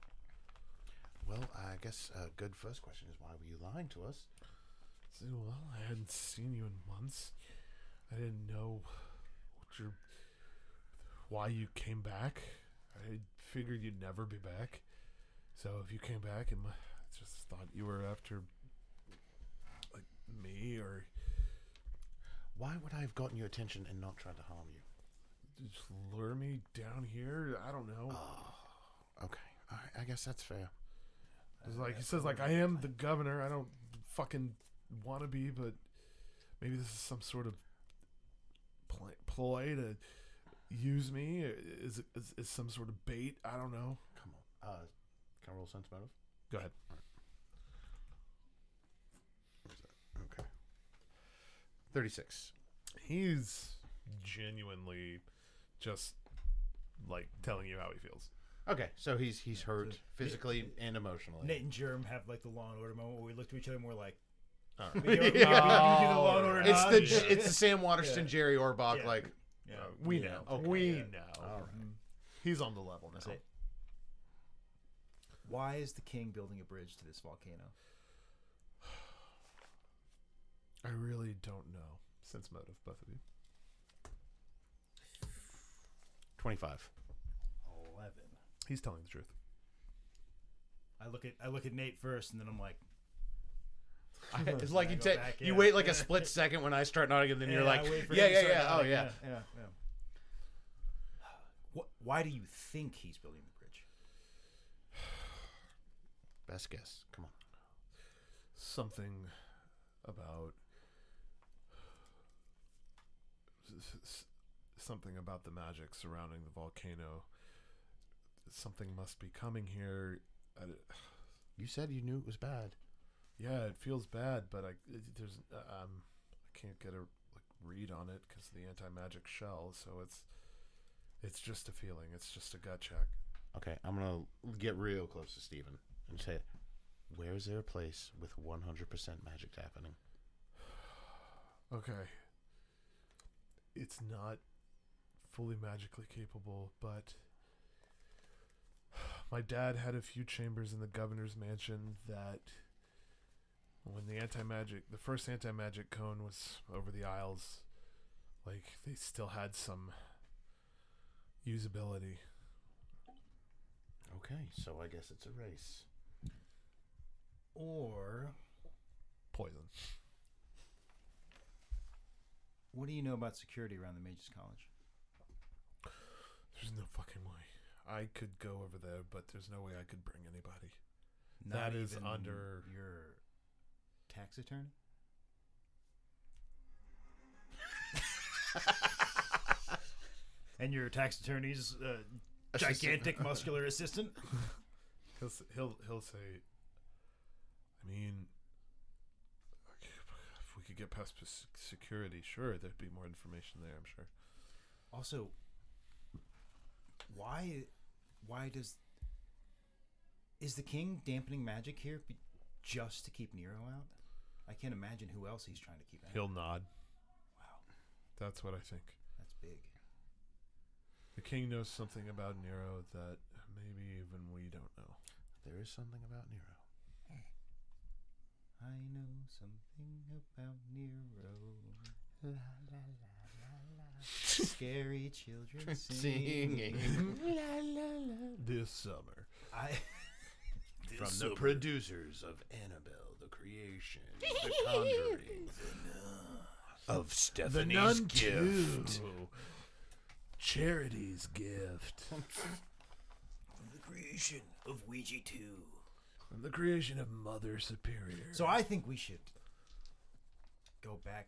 Speaker 1: Well, I guess a good first question is why were you lying to us?
Speaker 4: So, well, I hadn't seen you in months. I didn't know what your, why you came back. I figured you'd never be back. So if you came back, and my, I just thought you were after like me or
Speaker 1: Why would I have gotten your attention and not tried to harm you?
Speaker 4: just lure me down here. I don't know.
Speaker 1: Okay, all right, I guess that's fair.
Speaker 4: It's like he says, like I am the governor. I don't fucking want to be, but maybe this is some sort of pl- ploy to use me. Is, it- is is some sort of bait? I don't know.
Speaker 1: Come on. Uh, can I roll sense motive?
Speaker 4: Go ahead.
Speaker 1: Okay. 36.
Speaker 4: He's genuinely just like telling you how he feels.
Speaker 1: Okay, so he's he's hurt physically and emotionally.
Speaker 9: Nate and Jerome have like the Law and Order moment where we look to each other and we're like,
Speaker 4: All
Speaker 9: we don't- we don't do the Law and Order
Speaker 1: It's
Speaker 9: nod.
Speaker 1: the it's the Sam Waterston
Speaker 9: Yeah.
Speaker 1: Jerry Orbach
Speaker 9: Yeah.
Speaker 1: like
Speaker 9: Yeah.
Speaker 4: Uh, we know.
Speaker 1: Okay,
Speaker 4: we
Speaker 1: yeah.
Speaker 4: know.
Speaker 1: all right.
Speaker 4: He's on the level now.
Speaker 9: Say, Why is the king building a bridge to this volcano?
Speaker 4: I really don't know. Sense motive, both of you.
Speaker 1: 25.
Speaker 9: Eleven.
Speaker 4: He's telling the truth.
Speaker 9: I look at I look at Nate first, and then I'm like,
Speaker 1: it's like you
Speaker 9: go
Speaker 1: take
Speaker 9: back,
Speaker 1: you
Speaker 9: yeah.
Speaker 1: wait like a split second when I start nodding and then you're
Speaker 9: "Yeah,
Speaker 1: like
Speaker 9: I wait for
Speaker 1: yeah
Speaker 9: him to start
Speaker 1: yeah yeah oh
Speaker 9: nodding."
Speaker 1: yeah.
Speaker 9: yeah, yeah. What, why do you think he's building the bridge?
Speaker 1: Best guess. Come on.
Speaker 4: something about s- s- something about the magic surrounding the volcano. Something must be coming here. I d
Speaker 1: You said you knew it was bad.
Speaker 4: yeah, it feels bad, but I it- there's uh, um I can't get a like read on it because the anti magic shell. So it's It's just a feeling. It's just a gut check.
Speaker 1: Okay, I'm gonna get real close to Steven and say, "Where is there a place with 100% magic happening?"
Speaker 4: Okay. It's not fully magically capable, but my dad had a few chambers in the governor's mansion that when the anti-magic the first anti-magic cone was over the aisles like they still had some usability
Speaker 1: Okay, so I guess it's a race.
Speaker 9: Or
Speaker 4: poison
Speaker 9: what do you know about security around the Mages College?
Speaker 4: there's no fucking way i could go over there but there's no way i could bring anybody
Speaker 9: Not
Speaker 4: That is
Speaker 9: even
Speaker 4: under-
Speaker 9: your tax attorney. and your tax attorney's uh, gigantic muscular assistant.
Speaker 4: He'll s- he'll he'll say. I mean, okay, if we could get past p- s- security, sure, there'd be more information there. I'm sure.
Speaker 9: Also, why, why does is the king dampening magic here be, just to keep Nero out? I can't imagine who else he's trying to keep out.
Speaker 4: He'll nod.
Speaker 9: wow,
Speaker 4: That's what I think.
Speaker 9: that's big.
Speaker 4: The king knows something about Nero that maybe even we don't know.
Speaker 1: There is something about Nero.
Speaker 9: I know something about Nero. Scary children singing.
Speaker 4: This summer,
Speaker 9: I
Speaker 2: From the producers of Annabelle, the creation, the conjuring, of Stephanie's gift.
Speaker 4: charity's gift,
Speaker 9: the creation of Ouija 2.
Speaker 4: and the creation of Mother Superior.
Speaker 9: So I think we should go back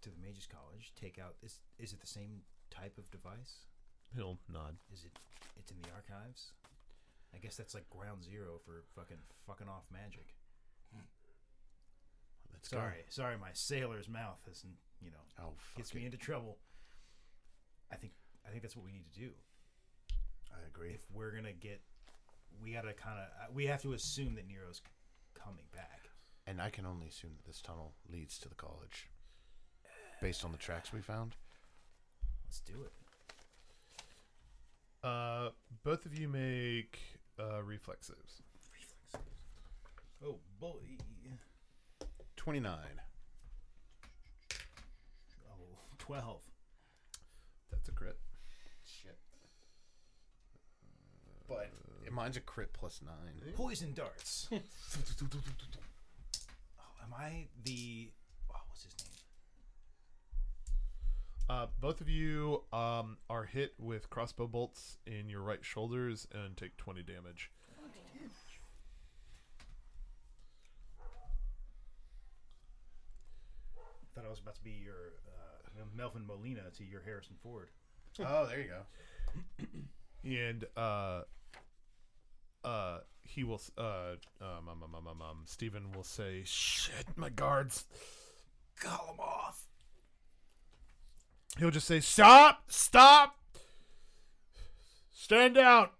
Speaker 9: to the Mages College, take out is is it the same type of device?
Speaker 4: he'll nod.
Speaker 9: Is it it's in the archives? I guess that's like ground zero for fucking fucking off magic.
Speaker 1: Let's
Speaker 9: Sorry, sorry, my sailor's mouth isn't you know
Speaker 1: Go. Oh, fuck
Speaker 9: gets me
Speaker 1: it.
Speaker 9: into trouble. I think I think that's what we need to do.
Speaker 1: I agree.
Speaker 9: If we're gonna get, we gotta kind of we have to assume that Nero's coming back.
Speaker 1: And I can only assume that this tunnel leads to the college, based on the tracks we found.
Speaker 9: Let's do it.
Speaker 4: Uh, both of you make uh, reflex saves.
Speaker 9: Oh boy!
Speaker 1: 29.
Speaker 9: Oh, 12.
Speaker 4: That's a crit. Uh,
Speaker 1: Shit. But mine's a crit plus nine.
Speaker 9: Poison darts. oh, am I the? Oh, what's his name?
Speaker 4: Uh, both of you um, are hit with crossbow bolts in your right shoulders and take 20 damage.
Speaker 9: I thought I was about to be your uh, Melvin Molina to your Harrison Ford.
Speaker 1: oh, there you go.
Speaker 4: And uh, uh, he will, s- uh, um, um, um, um, um, um, Stephen will say, Shit, my guards.
Speaker 9: Call him off.
Speaker 4: He'll just say, Stop! Stop! Stand down!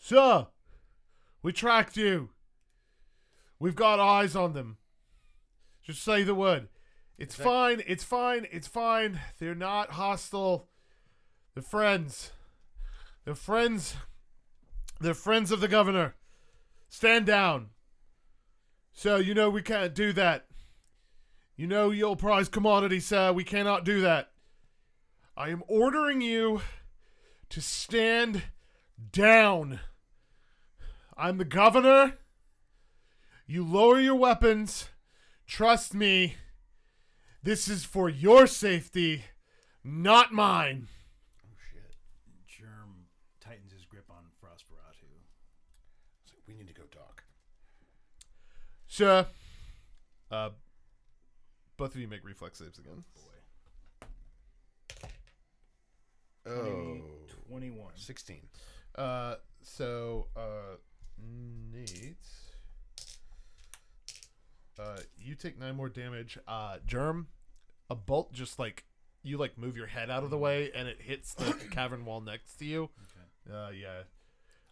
Speaker 4: Sir, we tracked you. We've got eyes on them. Just say the word. It's fine, it's fine, it's fine. They're not hostile. They're friends. They're friends. They're friends of the governor. Stand down. So you know we can't do that. You know your prize commodity, sir. We cannot do that. I am ordering you to stand down. I'm the governor. You lower your weapons. Trust me. This is for your safety, not mine.
Speaker 1: Oh, shit.
Speaker 9: Germ tightens his grip on Frosperatu.
Speaker 1: So we need to go talk.
Speaker 4: Sir. Uh, both of you make reflex saves again.
Speaker 1: Oh.
Speaker 9: 21.
Speaker 1: 16.
Speaker 4: Uh, so uh, Nate, uh, you take nine more damage. Uh, Germ, a bolt just like you like move your head out of the
Speaker 1: Mm.
Speaker 4: way and it hits the cavern wall next to you. Uh, yeah.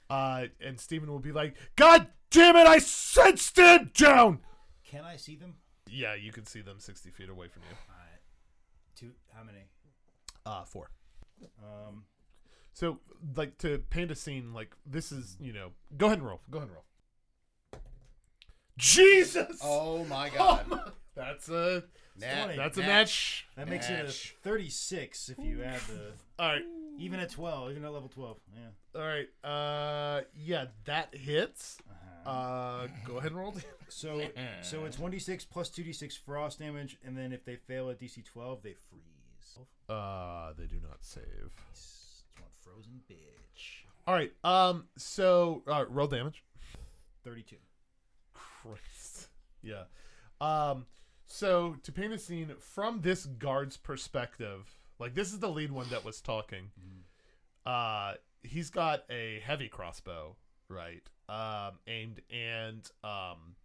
Speaker 4: Uh, and Steven will be like, "God damn it! I said stand down."
Speaker 9: Can I see them?
Speaker 4: Yeah, you can see them sixty feet away from you.
Speaker 9: Uh, two. How many?
Speaker 4: Uh, four.
Speaker 9: Um,
Speaker 4: So, like to paint a scene, like this is you know, go ahead and roll. Go ahead and roll. Jesus!
Speaker 1: Oh my god.
Speaker 4: That's a
Speaker 1: Nat,
Speaker 4: Eh, that's a
Speaker 1: nat-
Speaker 4: match.
Speaker 9: that makes it a
Speaker 1: Natch.
Speaker 9: thirty-six if you add the
Speaker 4: All right,
Speaker 9: even at twelve, even at level twelve. Yeah.
Speaker 4: all right. Uh, yeah, that hits.
Speaker 9: Uh-huh.
Speaker 4: Uh, go ahead and roll. damage.
Speaker 9: So so it's one d six plus two d six frost damage, and then if they fail at DC twelve, they freeze.
Speaker 4: Uh, they do not save.
Speaker 9: It's one frozen bitch.
Speaker 4: All right. Um. So, uh, roll damage.
Speaker 9: Thirty-two.
Speaker 4: Christ. Yeah. Um. So to paint a scene from this guard's perspective, like this is the lead one that was talking. Uh, he's got a heavy crossbow, right? Um, aimed and um,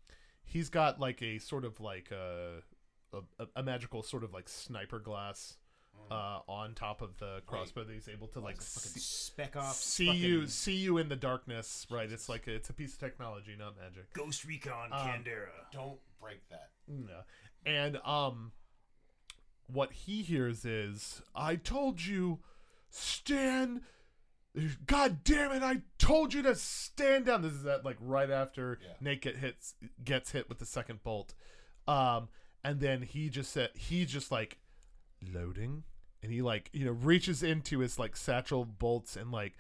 Speaker 4: he's got like a sort of like a a, a magical sort of like sniper glass. Uh, on top of the crossbow that he's able to like see-
Speaker 9: Spec off.
Speaker 4: see you see you in the darkness right it's like a, it's a piece of technology not magic
Speaker 9: Ghost Recon Candera.
Speaker 1: Don't break that.
Speaker 4: No. and um what he hears is i told you stan god damn it i told you to stand down this is that like right after nate get hits gets hit with the second bolt um and then he just said he just like loading and he like you know reaches into his like satchel of bolts and like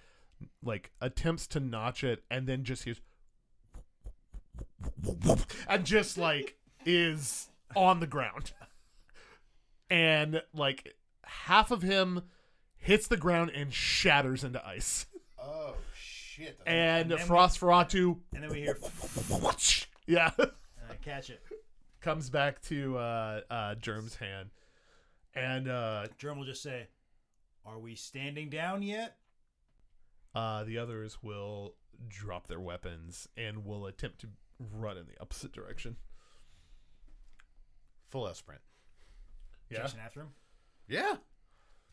Speaker 4: like attempts to notch it and then just hears and just like is on the ground and like half of him hits the ground and shatters into ice
Speaker 1: Oh shit. that's-
Speaker 4: and frost feratu
Speaker 9: And then we hear
Speaker 4: yeah
Speaker 9: uh, catch it.
Speaker 4: comes back to uh uh germ's hand and uh
Speaker 9: Germ will just say, "Are we standing down yet?"
Speaker 4: Uh, the others will drop their weapons and will attempt to run in the opposite direction.
Speaker 1: Full out sprint.
Speaker 4: Yeah.
Speaker 9: Chasing after him.
Speaker 1: Yeah.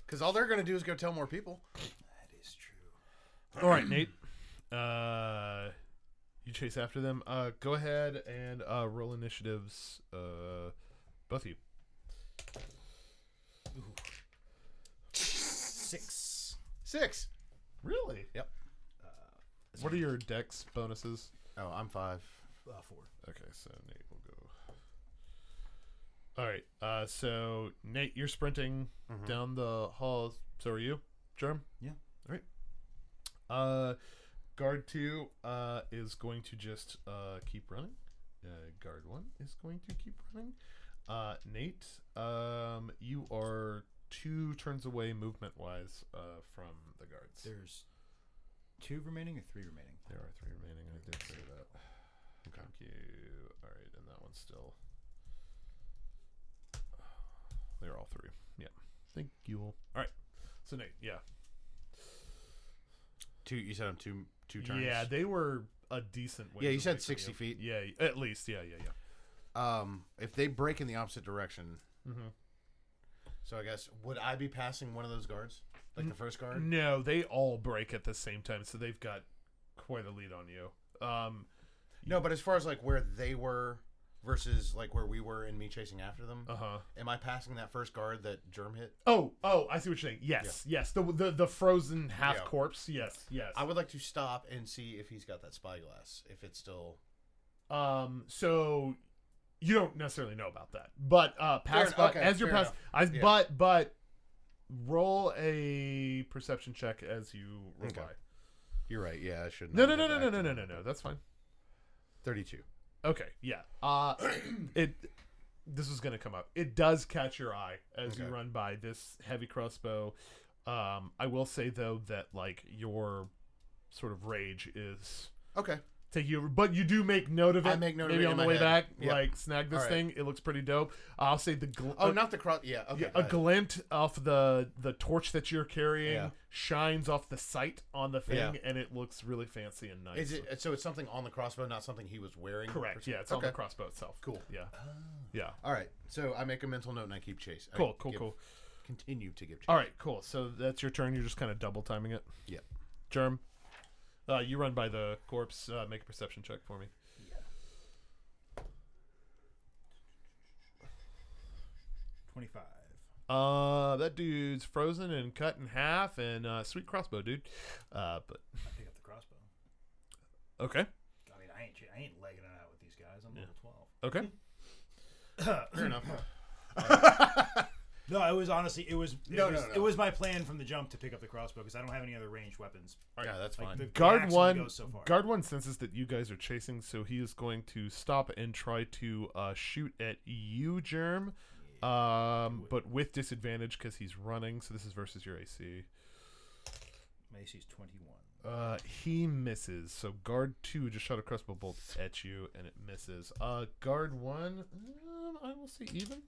Speaker 1: Cause all they're gonna do is go tell more people.
Speaker 9: That is true.
Speaker 4: All right, Nate. Uh, you chase after them. Uh, go ahead and uh, roll initiatives. Uh, both of you.
Speaker 9: Six.
Speaker 1: Six.
Speaker 4: Really?
Speaker 1: Yep.
Speaker 4: Uh, What are your dex bonuses?
Speaker 1: Oh, I'm five.
Speaker 9: Uh, four.
Speaker 4: Okay, so Nate will go. All right. Uh, so Nate, you're sprinting down the hall. So are you, Germ?
Speaker 9: Yeah.
Speaker 4: All right. Uh, guard two uh, is going to just uh, keep running. Uh, guard one is going to keep running. Uh, Nate, um, you are two turns away movement wise uh, from the guards. There,
Speaker 9: There's two remaining or three remaining.
Speaker 4: are three remaining. I did say that. Thank you. All right, and that one's still. They're all three. Yeah. Thank you. All right. So Nate, yeah,
Speaker 1: Two. You said I'm two. Two turns.
Speaker 4: yeah, they were a decent.
Speaker 1: Yeah,
Speaker 4: ways
Speaker 1: you said
Speaker 4: away from
Speaker 1: 60 feet.
Speaker 4: Yeah, at least. Yeah, yeah, yeah.
Speaker 1: Um, if they break in the opposite direction.
Speaker 4: Mhm.
Speaker 1: So I guess would I be passing one of those guards, like
Speaker 4: Mm,
Speaker 1: the first guard?
Speaker 4: No, they all break at the same time, so they've got quite a lead on you. Um,
Speaker 1: No, but as far as like where they were versus like where we were and me chasing after them,
Speaker 4: uh huh.
Speaker 1: am I passing that first guard that Germ hit?
Speaker 4: Oh, oh, I see what you're saying. Yes, yes. The the, the frozen half
Speaker 1: Yeah.
Speaker 4: corpse. Yes, yes.
Speaker 1: I would like to stop and see if he's got that spyglass. If it's still
Speaker 4: Um, so you don't necessarily know about that, but uh, pass
Speaker 1: Fair-
Speaker 4: by
Speaker 1: okay,
Speaker 4: as you're
Speaker 1: fair
Speaker 4: pass.
Speaker 1: enough.
Speaker 4: I,
Speaker 1: Yeah.
Speaker 4: But but roll a perception check as you roll
Speaker 1: Okay.
Speaker 4: by.
Speaker 1: You're right. Yeah, I shouldn't.
Speaker 4: No, no,
Speaker 1: have
Speaker 4: no,
Speaker 1: done
Speaker 4: no, no,
Speaker 1: that.
Speaker 4: no, no, no, no. That's fine.
Speaker 1: Thirty-two.
Speaker 4: Okay, yeah. Uh, it. This was gonna come up. It does catch your eye as you
Speaker 1: Okay.
Speaker 4: run by this heavy crossbow. Um, I will say though that like your sort of rage is
Speaker 1: Okay.
Speaker 4: take you over. But you do make note of it.
Speaker 1: I make note of
Speaker 4: Maybe
Speaker 1: it
Speaker 4: on
Speaker 1: in
Speaker 4: the
Speaker 1: my
Speaker 4: way
Speaker 1: head.
Speaker 4: back,
Speaker 1: Yep.
Speaker 4: like snag this
Speaker 1: All right.
Speaker 4: thing. It looks pretty dope. I'll say the gl-
Speaker 1: Oh,
Speaker 4: uh,
Speaker 1: not the cross. Yeah. Okay.
Speaker 4: a
Speaker 1: got it.
Speaker 4: glint off the the torch that you're carrying
Speaker 1: Yeah.
Speaker 4: shines off the sight on the thing,
Speaker 1: Yeah.
Speaker 4: and it looks really fancy and nice.
Speaker 1: Is it so? It's something on the crossbow, not something he was wearing.
Speaker 4: correct? Yeah, it's on
Speaker 1: okay.
Speaker 4: the crossbow itself.
Speaker 1: Cool. Oh.
Speaker 4: Yeah, yeah.
Speaker 1: All right. So I make a mental note and I keep chase. I
Speaker 4: Cool, cool,
Speaker 1: give-
Speaker 4: cool.
Speaker 1: continue to give chase.
Speaker 4: All right, cool. So that's your turn. You're just kind of double timing it.
Speaker 1: Yep.
Speaker 4: Germ, uh, you run by the corpse. Uh, make a perception check for me.
Speaker 9: Twenty-five.
Speaker 4: Uh, that dude's frozen and cut in half, and uh, sweet crossbow, dude. Uh, but
Speaker 9: I pick up the crossbow.
Speaker 4: okay,
Speaker 9: I mean, I ain't I ain't legging it out with these guys. I'm level twelve.
Speaker 4: okay.
Speaker 9: Fair enough. no, it was honestly it was it
Speaker 1: No, no,
Speaker 9: was,
Speaker 1: no.
Speaker 9: it was my plan from the jump to pick up the crossbow because I don't have any other ranged weapons.
Speaker 1: Yeah, that's
Speaker 9: Like
Speaker 1: fine.
Speaker 9: the, the axe
Speaker 4: Guard
Speaker 9: only
Speaker 4: one,
Speaker 9: goes so far.
Speaker 4: guard one senses that you guys are chasing, so he is going to stop and try to uh, shoot at you, Germ. Um, but with disadvantage because he's running. So this is versus your AC.
Speaker 9: Macy's twenty-one.
Speaker 4: Uh, he misses. So guard two just shot a crossbow bolt at you, and it misses. Uh, guard one, um, I will say even.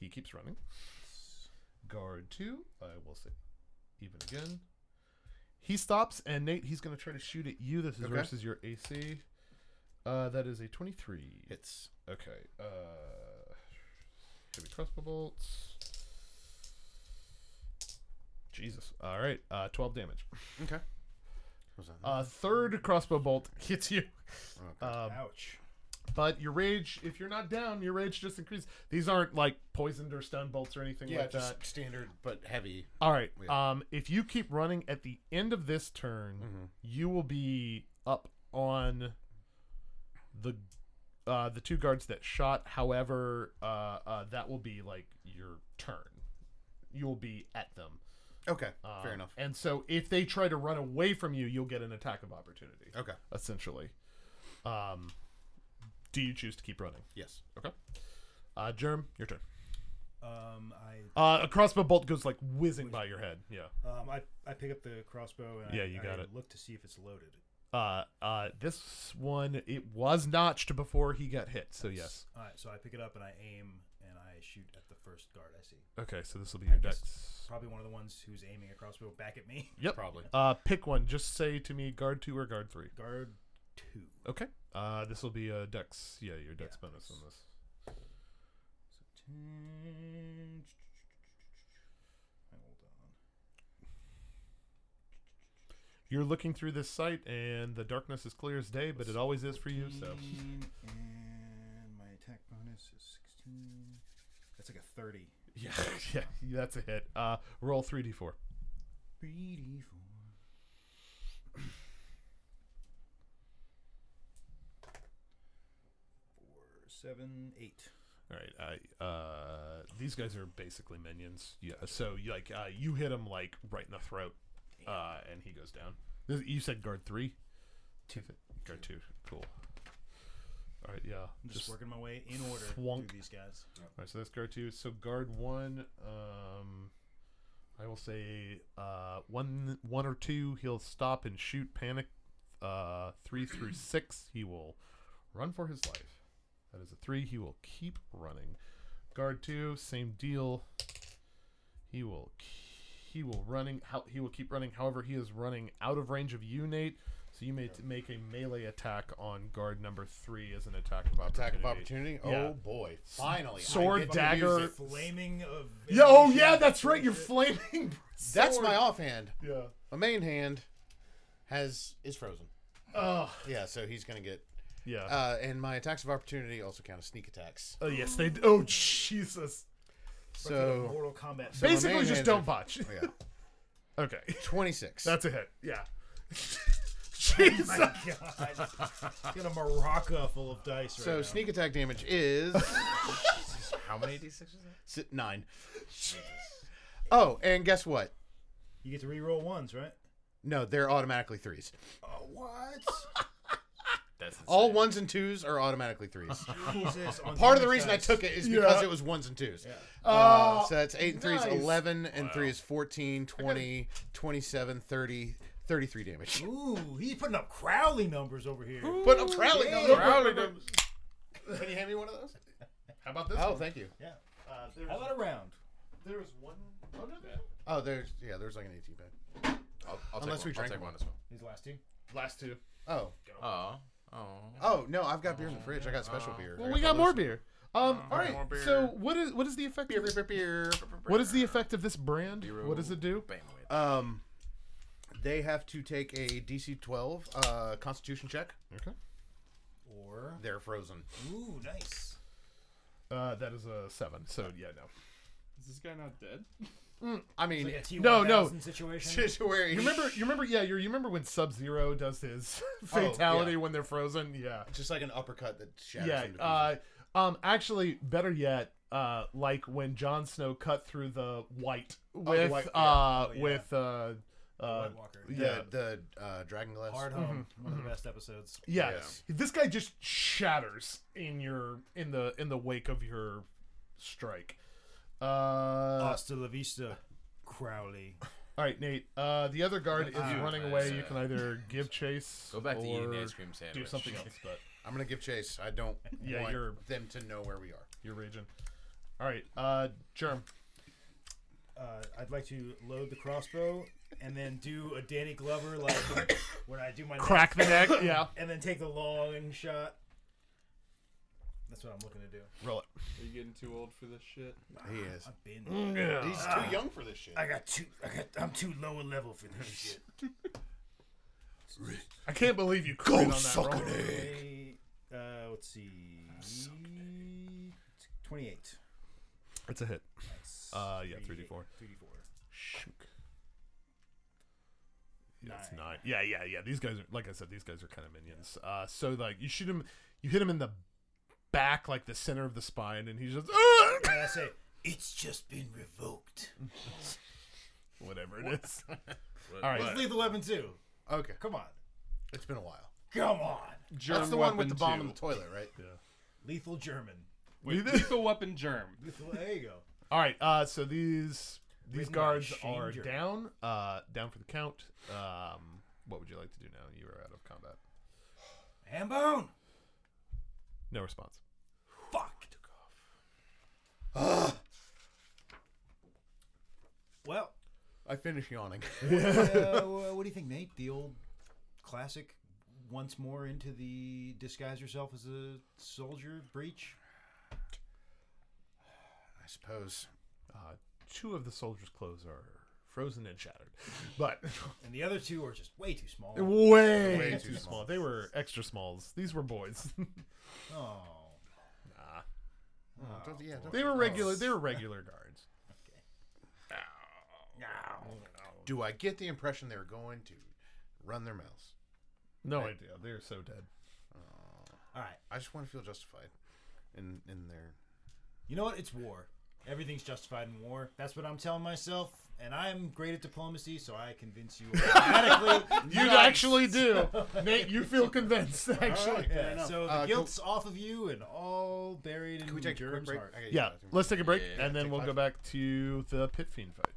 Speaker 4: He keeps running. Guard two, I will say even again. He stops, and Nate, he's going to try to shoot at you. This is
Speaker 1: Okay.
Speaker 4: versus your AC. Uh, that is a twenty-three.
Speaker 1: Hits.
Speaker 4: Okay. Uh, heavy crossbow bolts. Jesus. All right. Uh, twelve damage.
Speaker 1: Okay. What was that?
Speaker 4: Uh, third crossbow bolt hits you, Uh,
Speaker 1: okay.
Speaker 4: Um,
Speaker 9: Ouch.
Speaker 4: but your rage, if you're not down, your rage just increases. These aren't like poisoned or stun bolts or anything
Speaker 1: yeah,
Speaker 4: like
Speaker 1: just
Speaker 4: that.
Speaker 1: standard but heavy.
Speaker 4: All right. Um, if you keep running at the end of this turn,
Speaker 1: Mm-hmm.
Speaker 4: you will be up on the uh, the two guards that shot. However, uh, uh, that will be like your turn. You'll be at them.
Speaker 1: Okay, fair
Speaker 4: Um,
Speaker 1: enough.
Speaker 4: And so, if they try to run away from you, you'll get an attack of opportunity.
Speaker 1: Okay.
Speaker 4: Essentially. Um, do you choose to keep running?
Speaker 1: Yes.
Speaker 4: Okay. Uh, Germ, your turn.
Speaker 9: Um, I
Speaker 4: Uh, a crossbow bolt goes like whizzing by your head. Yeah.
Speaker 9: Um, I, I pick up the crossbow and
Speaker 4: Yeah,
Speaker 9: I,
Speaker 4: you got
Speaker 9: I
Speaker 4: it.
Speaker 9: look to see if it's loaded.
Speaker 4: Uh, uh, this one it was notched before he got hit. So yes.
Speaker 9: All right, so I pick it up and I aim and I shoot at the first guard I see.
Speaker 4: Okay, so this will be your
Speaker 9: guess-
Speaker 4: dex.
Speaker 9: Probably one of the ones who's aiming a crossbow back at me.
Speaker 4: Yep. Probably. Uh, pick one. Just say to me, guard two or guard three.
Speaker 9: Guard two.
Speaker 4: Okay. Uh, this will be a dex. Yeah, your dex
Speaker 9: Yeah,
Speaker 4: bonus on this.
Speaker 9: Ten- Hold on.
Speaker 4: You're looking through this site, and the darkness is clear as day, but it always is for you. So.
Speaker 9: 15, And my attack bonus is 16. That's like a 30.
Speaker 4: Yeah, yeah, that's a hit. Uh, roll three d four.
Speaker 9: 3d4. Four, seven, eight.
Speaker 4: All right. Uh, uh, these guys are basically minions. Yeah. So you, like, uh, you hit him like right in the throat, uh, and he goes down. This- You said guard three. Two. Guard two. Cool. All right. Yeah.
Speaker 9: I'm just,
Speaker 4: Just,
Speaker 9: working my way in order
Speaker 4: thwonk.
Speaker 9: through these guys.
Speaker 4: All right, so that's guard two. So guard one, um, I will say uh, one, one or two. He'll stop and shoot. Panic. Uh, three through six, he will run for his life. That is a three. He will keep running. Guard two, same deal. He will he will running. How he will keep running. However, he is running out of range of you, Nate. So you may t- make a melee attack on guard number three as an attack of opportunity.
Speaker 1: Attack of opportunity.
Speaker 4: Yeah.
Speaker 1: Oh boy! Finally, I
Speaker 4: sword,
Speaker 1: get to use
Speaker 4: dagger.
Speaker 1: it.
Speaker 9: Flaming of.
Speaker 4: Yeah, oh yeah, that's right. You're flaming.
Speaker 1: That's my offhand.
Speaker 4: Yeah.
Speaker 1: My main hand has is frozen.
Speaker 4: Oh.
Speaker 1: Yeah, so he's gonna get.
Speaker 4: Yeah.
Speaker 1: Uh, and my attacks of opportunity also count as sneak attacks.
Speaker 4: oh yes, they. d- Oh Jesus.
Speaker 1: So
Speaker 9: Mortal Kombat.
Speaker 1: my
Speaker 4: Basically,
Speaker 1: main
Speaker 4: just
Speaker 1: hands
Speaker 4: don't
Speaker 1: are-
Speaker 4: botch.
Speaker 1: yeah,
Speaker 4: Okay,
Speaker 1: twenty six.
Speaker 4: that's a hit. Yeah. Jesus.
Speaker 9: Oh God. Got a maraca full of dice right
Speaker 1: so
Speaker 9: now.
Speaker 1: sneak attack damage is
Speaker 5: How many d6s is that?
Speaker 1: si- nine. Oh, and guess what?
Speaker 9: You get to reroll ones, right?
Speaker 1: No, they're automatically threes.
Speaker 9: Oh, what?
Speaker 5: That's insane.
Speaker 1: All ones and twos are automatically threes.
Speaker 9: Jesus. on
Speaker 1: Part of
Speaker 9: these
Speaker 1: the reason I
Speaker 9: dice.
Speaker 1: took it is because
Speaker 4: Yeah.
Speaker 1: it was ones and twos.
Speaker 9: Yeah.
Speaker 1: Uh, so that's 8 and 3 is
Speaker 4: nice.
Speaker 1: 11, and 3 is 14, 20, 27, 30, 33 damage.
Speaker 9: Ooh, he's putting up Crowley numbers over here.
Speaker 1: But I'm Crowley.
Speaker 9: yeah.
Speaker 1: number.
Speaker 9: Crowley
Speaker 1: Can you hand me one of those?
Speaker 4: How about this?
Speaker 1: Oh, thank you.
Speaker 9: Yeah. How about a round?
Speaker 4: There was one. Oh no.
Speaker 1: Oh, there's, yeah, there's like an 18 pack.
Speaker 5: I'll, I'll
Speaker 1: Unless
Speaker 5: take
Speaker 1: we
Speaker 5: one.
Speaker 1: drank
Speaker 5: I'll take
Speaker 1: one.
Speaker 5: one as
Speaker 9: These last two.
Speaker 4: Last two.
Speaker 1: Oh.
Speaker 5: well. Oh. Oh.
Speaker 1: Oh, no, I've got beer in the fridge. I got special beer.
Speaker 4: Well,
Speaker 1: I
Speaker 4: we
Speaker 1: the
Speaker 4: got more
Speaker 1: loose-
Speaker 4: beer. Um, all
Speaker 6: Drink
Speaker 4: right.
Speaker 6: Uh, more beer.
Speaker 4: So what is what is the effect? of- What is the effect of this brand? What does it do?
Speaker 5: Bam, wait.
Speaker 1: Um, they have to take a DC 12 uh, Constitution check.
Speaker 4: Okay.
Speaker 9: Or
Speaker 1: They're frozen.
Speaker 9: ooh, nice.
Speaker 4: Uh, that is a seven. So yeah, no. Mm,
Speaker 8: Is this guy not dead?
Speaker 1: I mean,
Speaker 9: Like a T1000
Speaker 4: No, no.
Speaker 9: situation.
Speaker 1: just where
Speaker 4: Hmm. You remember? You remember? Yeah, you you remember when Sub Zero does his fatality
Speaker 1: yeah.
Speaker 4: when they're frozen? Yeah.
Speaker 1: just like an uppercut that shatters
Speaker 4: yeah.
Speaker 1: him to
Speaker 4: Uh, um, actually, better yet, uh, like when Jon Snow cut through the white with
Speaker 1: white- yeah.
Speaker 4: uh
Speaker 9: Oh, yeah.
Speaker 4: with uh uh
Speaker 9: White Walker.
Speaker 1: pieces.
Speaker 4: yeah.
Speaker 1: the the uh, dragon glass.
Speaker 9: Hard Home, one of the best episodes.
Speaker 4: yeah. This guy just shatters in your in the in the wake of your strike. Uh,
Speaker 9: Hasta la vista, Crowley.
Speaker 4: all right, Nate. Uh, the other guard is running away. You
Speaker 5: uh,
Speaker 4: can either give chase,
Speaker 5: Go back to eating
Speaker 4: or
Speaker 5: the ice cream sandwich.
Speaker 4: do something else. But
Speaker 1: I'm gonna give chase. I don't
Speaker 4: Yeah,
Speaker 1: want
Speaker 4: you're-
Speaker 1: them to know where we are.
Speaker 4: you're raging. All right, uh, Germ.
Speaker 9: Uh, I'd like to load the crossbow and then do a Danny Glover like when I do my neck,
Speaker 4: Crack the neck. yeah.
Speaker 9: and then take the long shot. That's what I'm looking to do.
Speaker 4: Roll it.
Speaker 8: Are you getting too old for this shit?
Speaker 1: He is.
Speaker 9: I've been.
Speaker 1: Mm, He's too young for this shit.
Speaker 9: Ah. I got too. I got. I'm too low a level for this shit.
Speaker 4: I can't believe you crit on that roll.
Speaker 9: Hey, Uh, let's see. Twenty-eight.
Speaker 4: It's a hit. Uh, yeah, 3d4.
Speaker 9: Three D four.
Speaker 4: Shook. Yeah, it's
Speaker 9: Nine.
Speaker 4: nine. Yeah, yeah, yeah. These guys are, like I said, these guys are kind of minions. Uh, so like you shoot him, you hit him in the back, like the center of the spine, and he's just "Ugh!"
Speaker 9: And I say it's just been revoked.
Speaker 4: whatever it is. All right,
Speaker 9: Lethal Weapon two.
Speaker 1: Okay,
Speaker 9: Come on.
Speaker 1: it's been a while.
Speaker 9: Come on.
Speaker 8: Germ
Speaker 1: That's the one
Speaker 8: weapon
Speaker 1: with the bomb
Speaker 8: two.
Speaker 1: in the toilet, right?
Speaker 9: Lethal German.
Speaker 8: Wait, lethal weapon germ.
Speaker 9: Lethal, there you go.
Speaker 4: all right. Uh, so these these
Speaker 9: Written by
Speaker 4: guards
Speaker 9: Shane
Speaker 4: are
Speaker 9: Jerk.
Speaker 4: down, uh, down for the count. Um, what would you like to do now? You are out of combat.
Speaker 9: Ham bone.
Speaker 4: No response.
Speaker 9: Fuck. Took off. well,
Speaker 1: I finished yawning.
Speaker 9: uh, wh- what do you think, Nate? The old classic, once more into the disguise yourself as a soldier breach.
Speaker 1: I suppose.
Speaker 4: Uh, two of the soldiers' clothes are frozen and shattered, but
Speaker 9: And the other two are just way too small.
Speaker 4: way,
Speaker 1: Way
Speaker 4: too,
Speaker 1: too
Speaker 4: small. They were extra smalls. These were boys.
Speaker 9: Oh,
Speaker 1: Oh, don't- yeah, don't-
Speaker 4: they were regular. They were regular guards.
Speaker 1: Do I get the impression they were going to run their mouths?
Speaker 4: No idea. They're so dead.
Speaker 9: all right.
Speaker 1: I just want to feel justified in in their.
Speaker 9: You know what? It's war. Everything's justified in war. That's what I'm telling myself. And I'm great at diplomacy, so I convince you automatically.
Speaker 4: You actually do, Nate. You feel convinced, actually.
Speaker 9: Yeah, so the
Speaker 1: Uh,
Speaker 9: guilt's off of you and all buried in
Speaker 1: Can we take a
Speaker 9: Germ's
Speaker 1: quick break?
Speaker 9: heart.
Speaker 1: I gotta use
Speaker 4: Yeah,
Speaker 1: the bathroom.
Speaker 4: let's take a break,
Speaker 5: Yeah,
Speaker 4: and then
Speaker 1: take
Speaker 4: we'll
Speaker 1: five.
Speaker 4: go back to the pit fiend fight.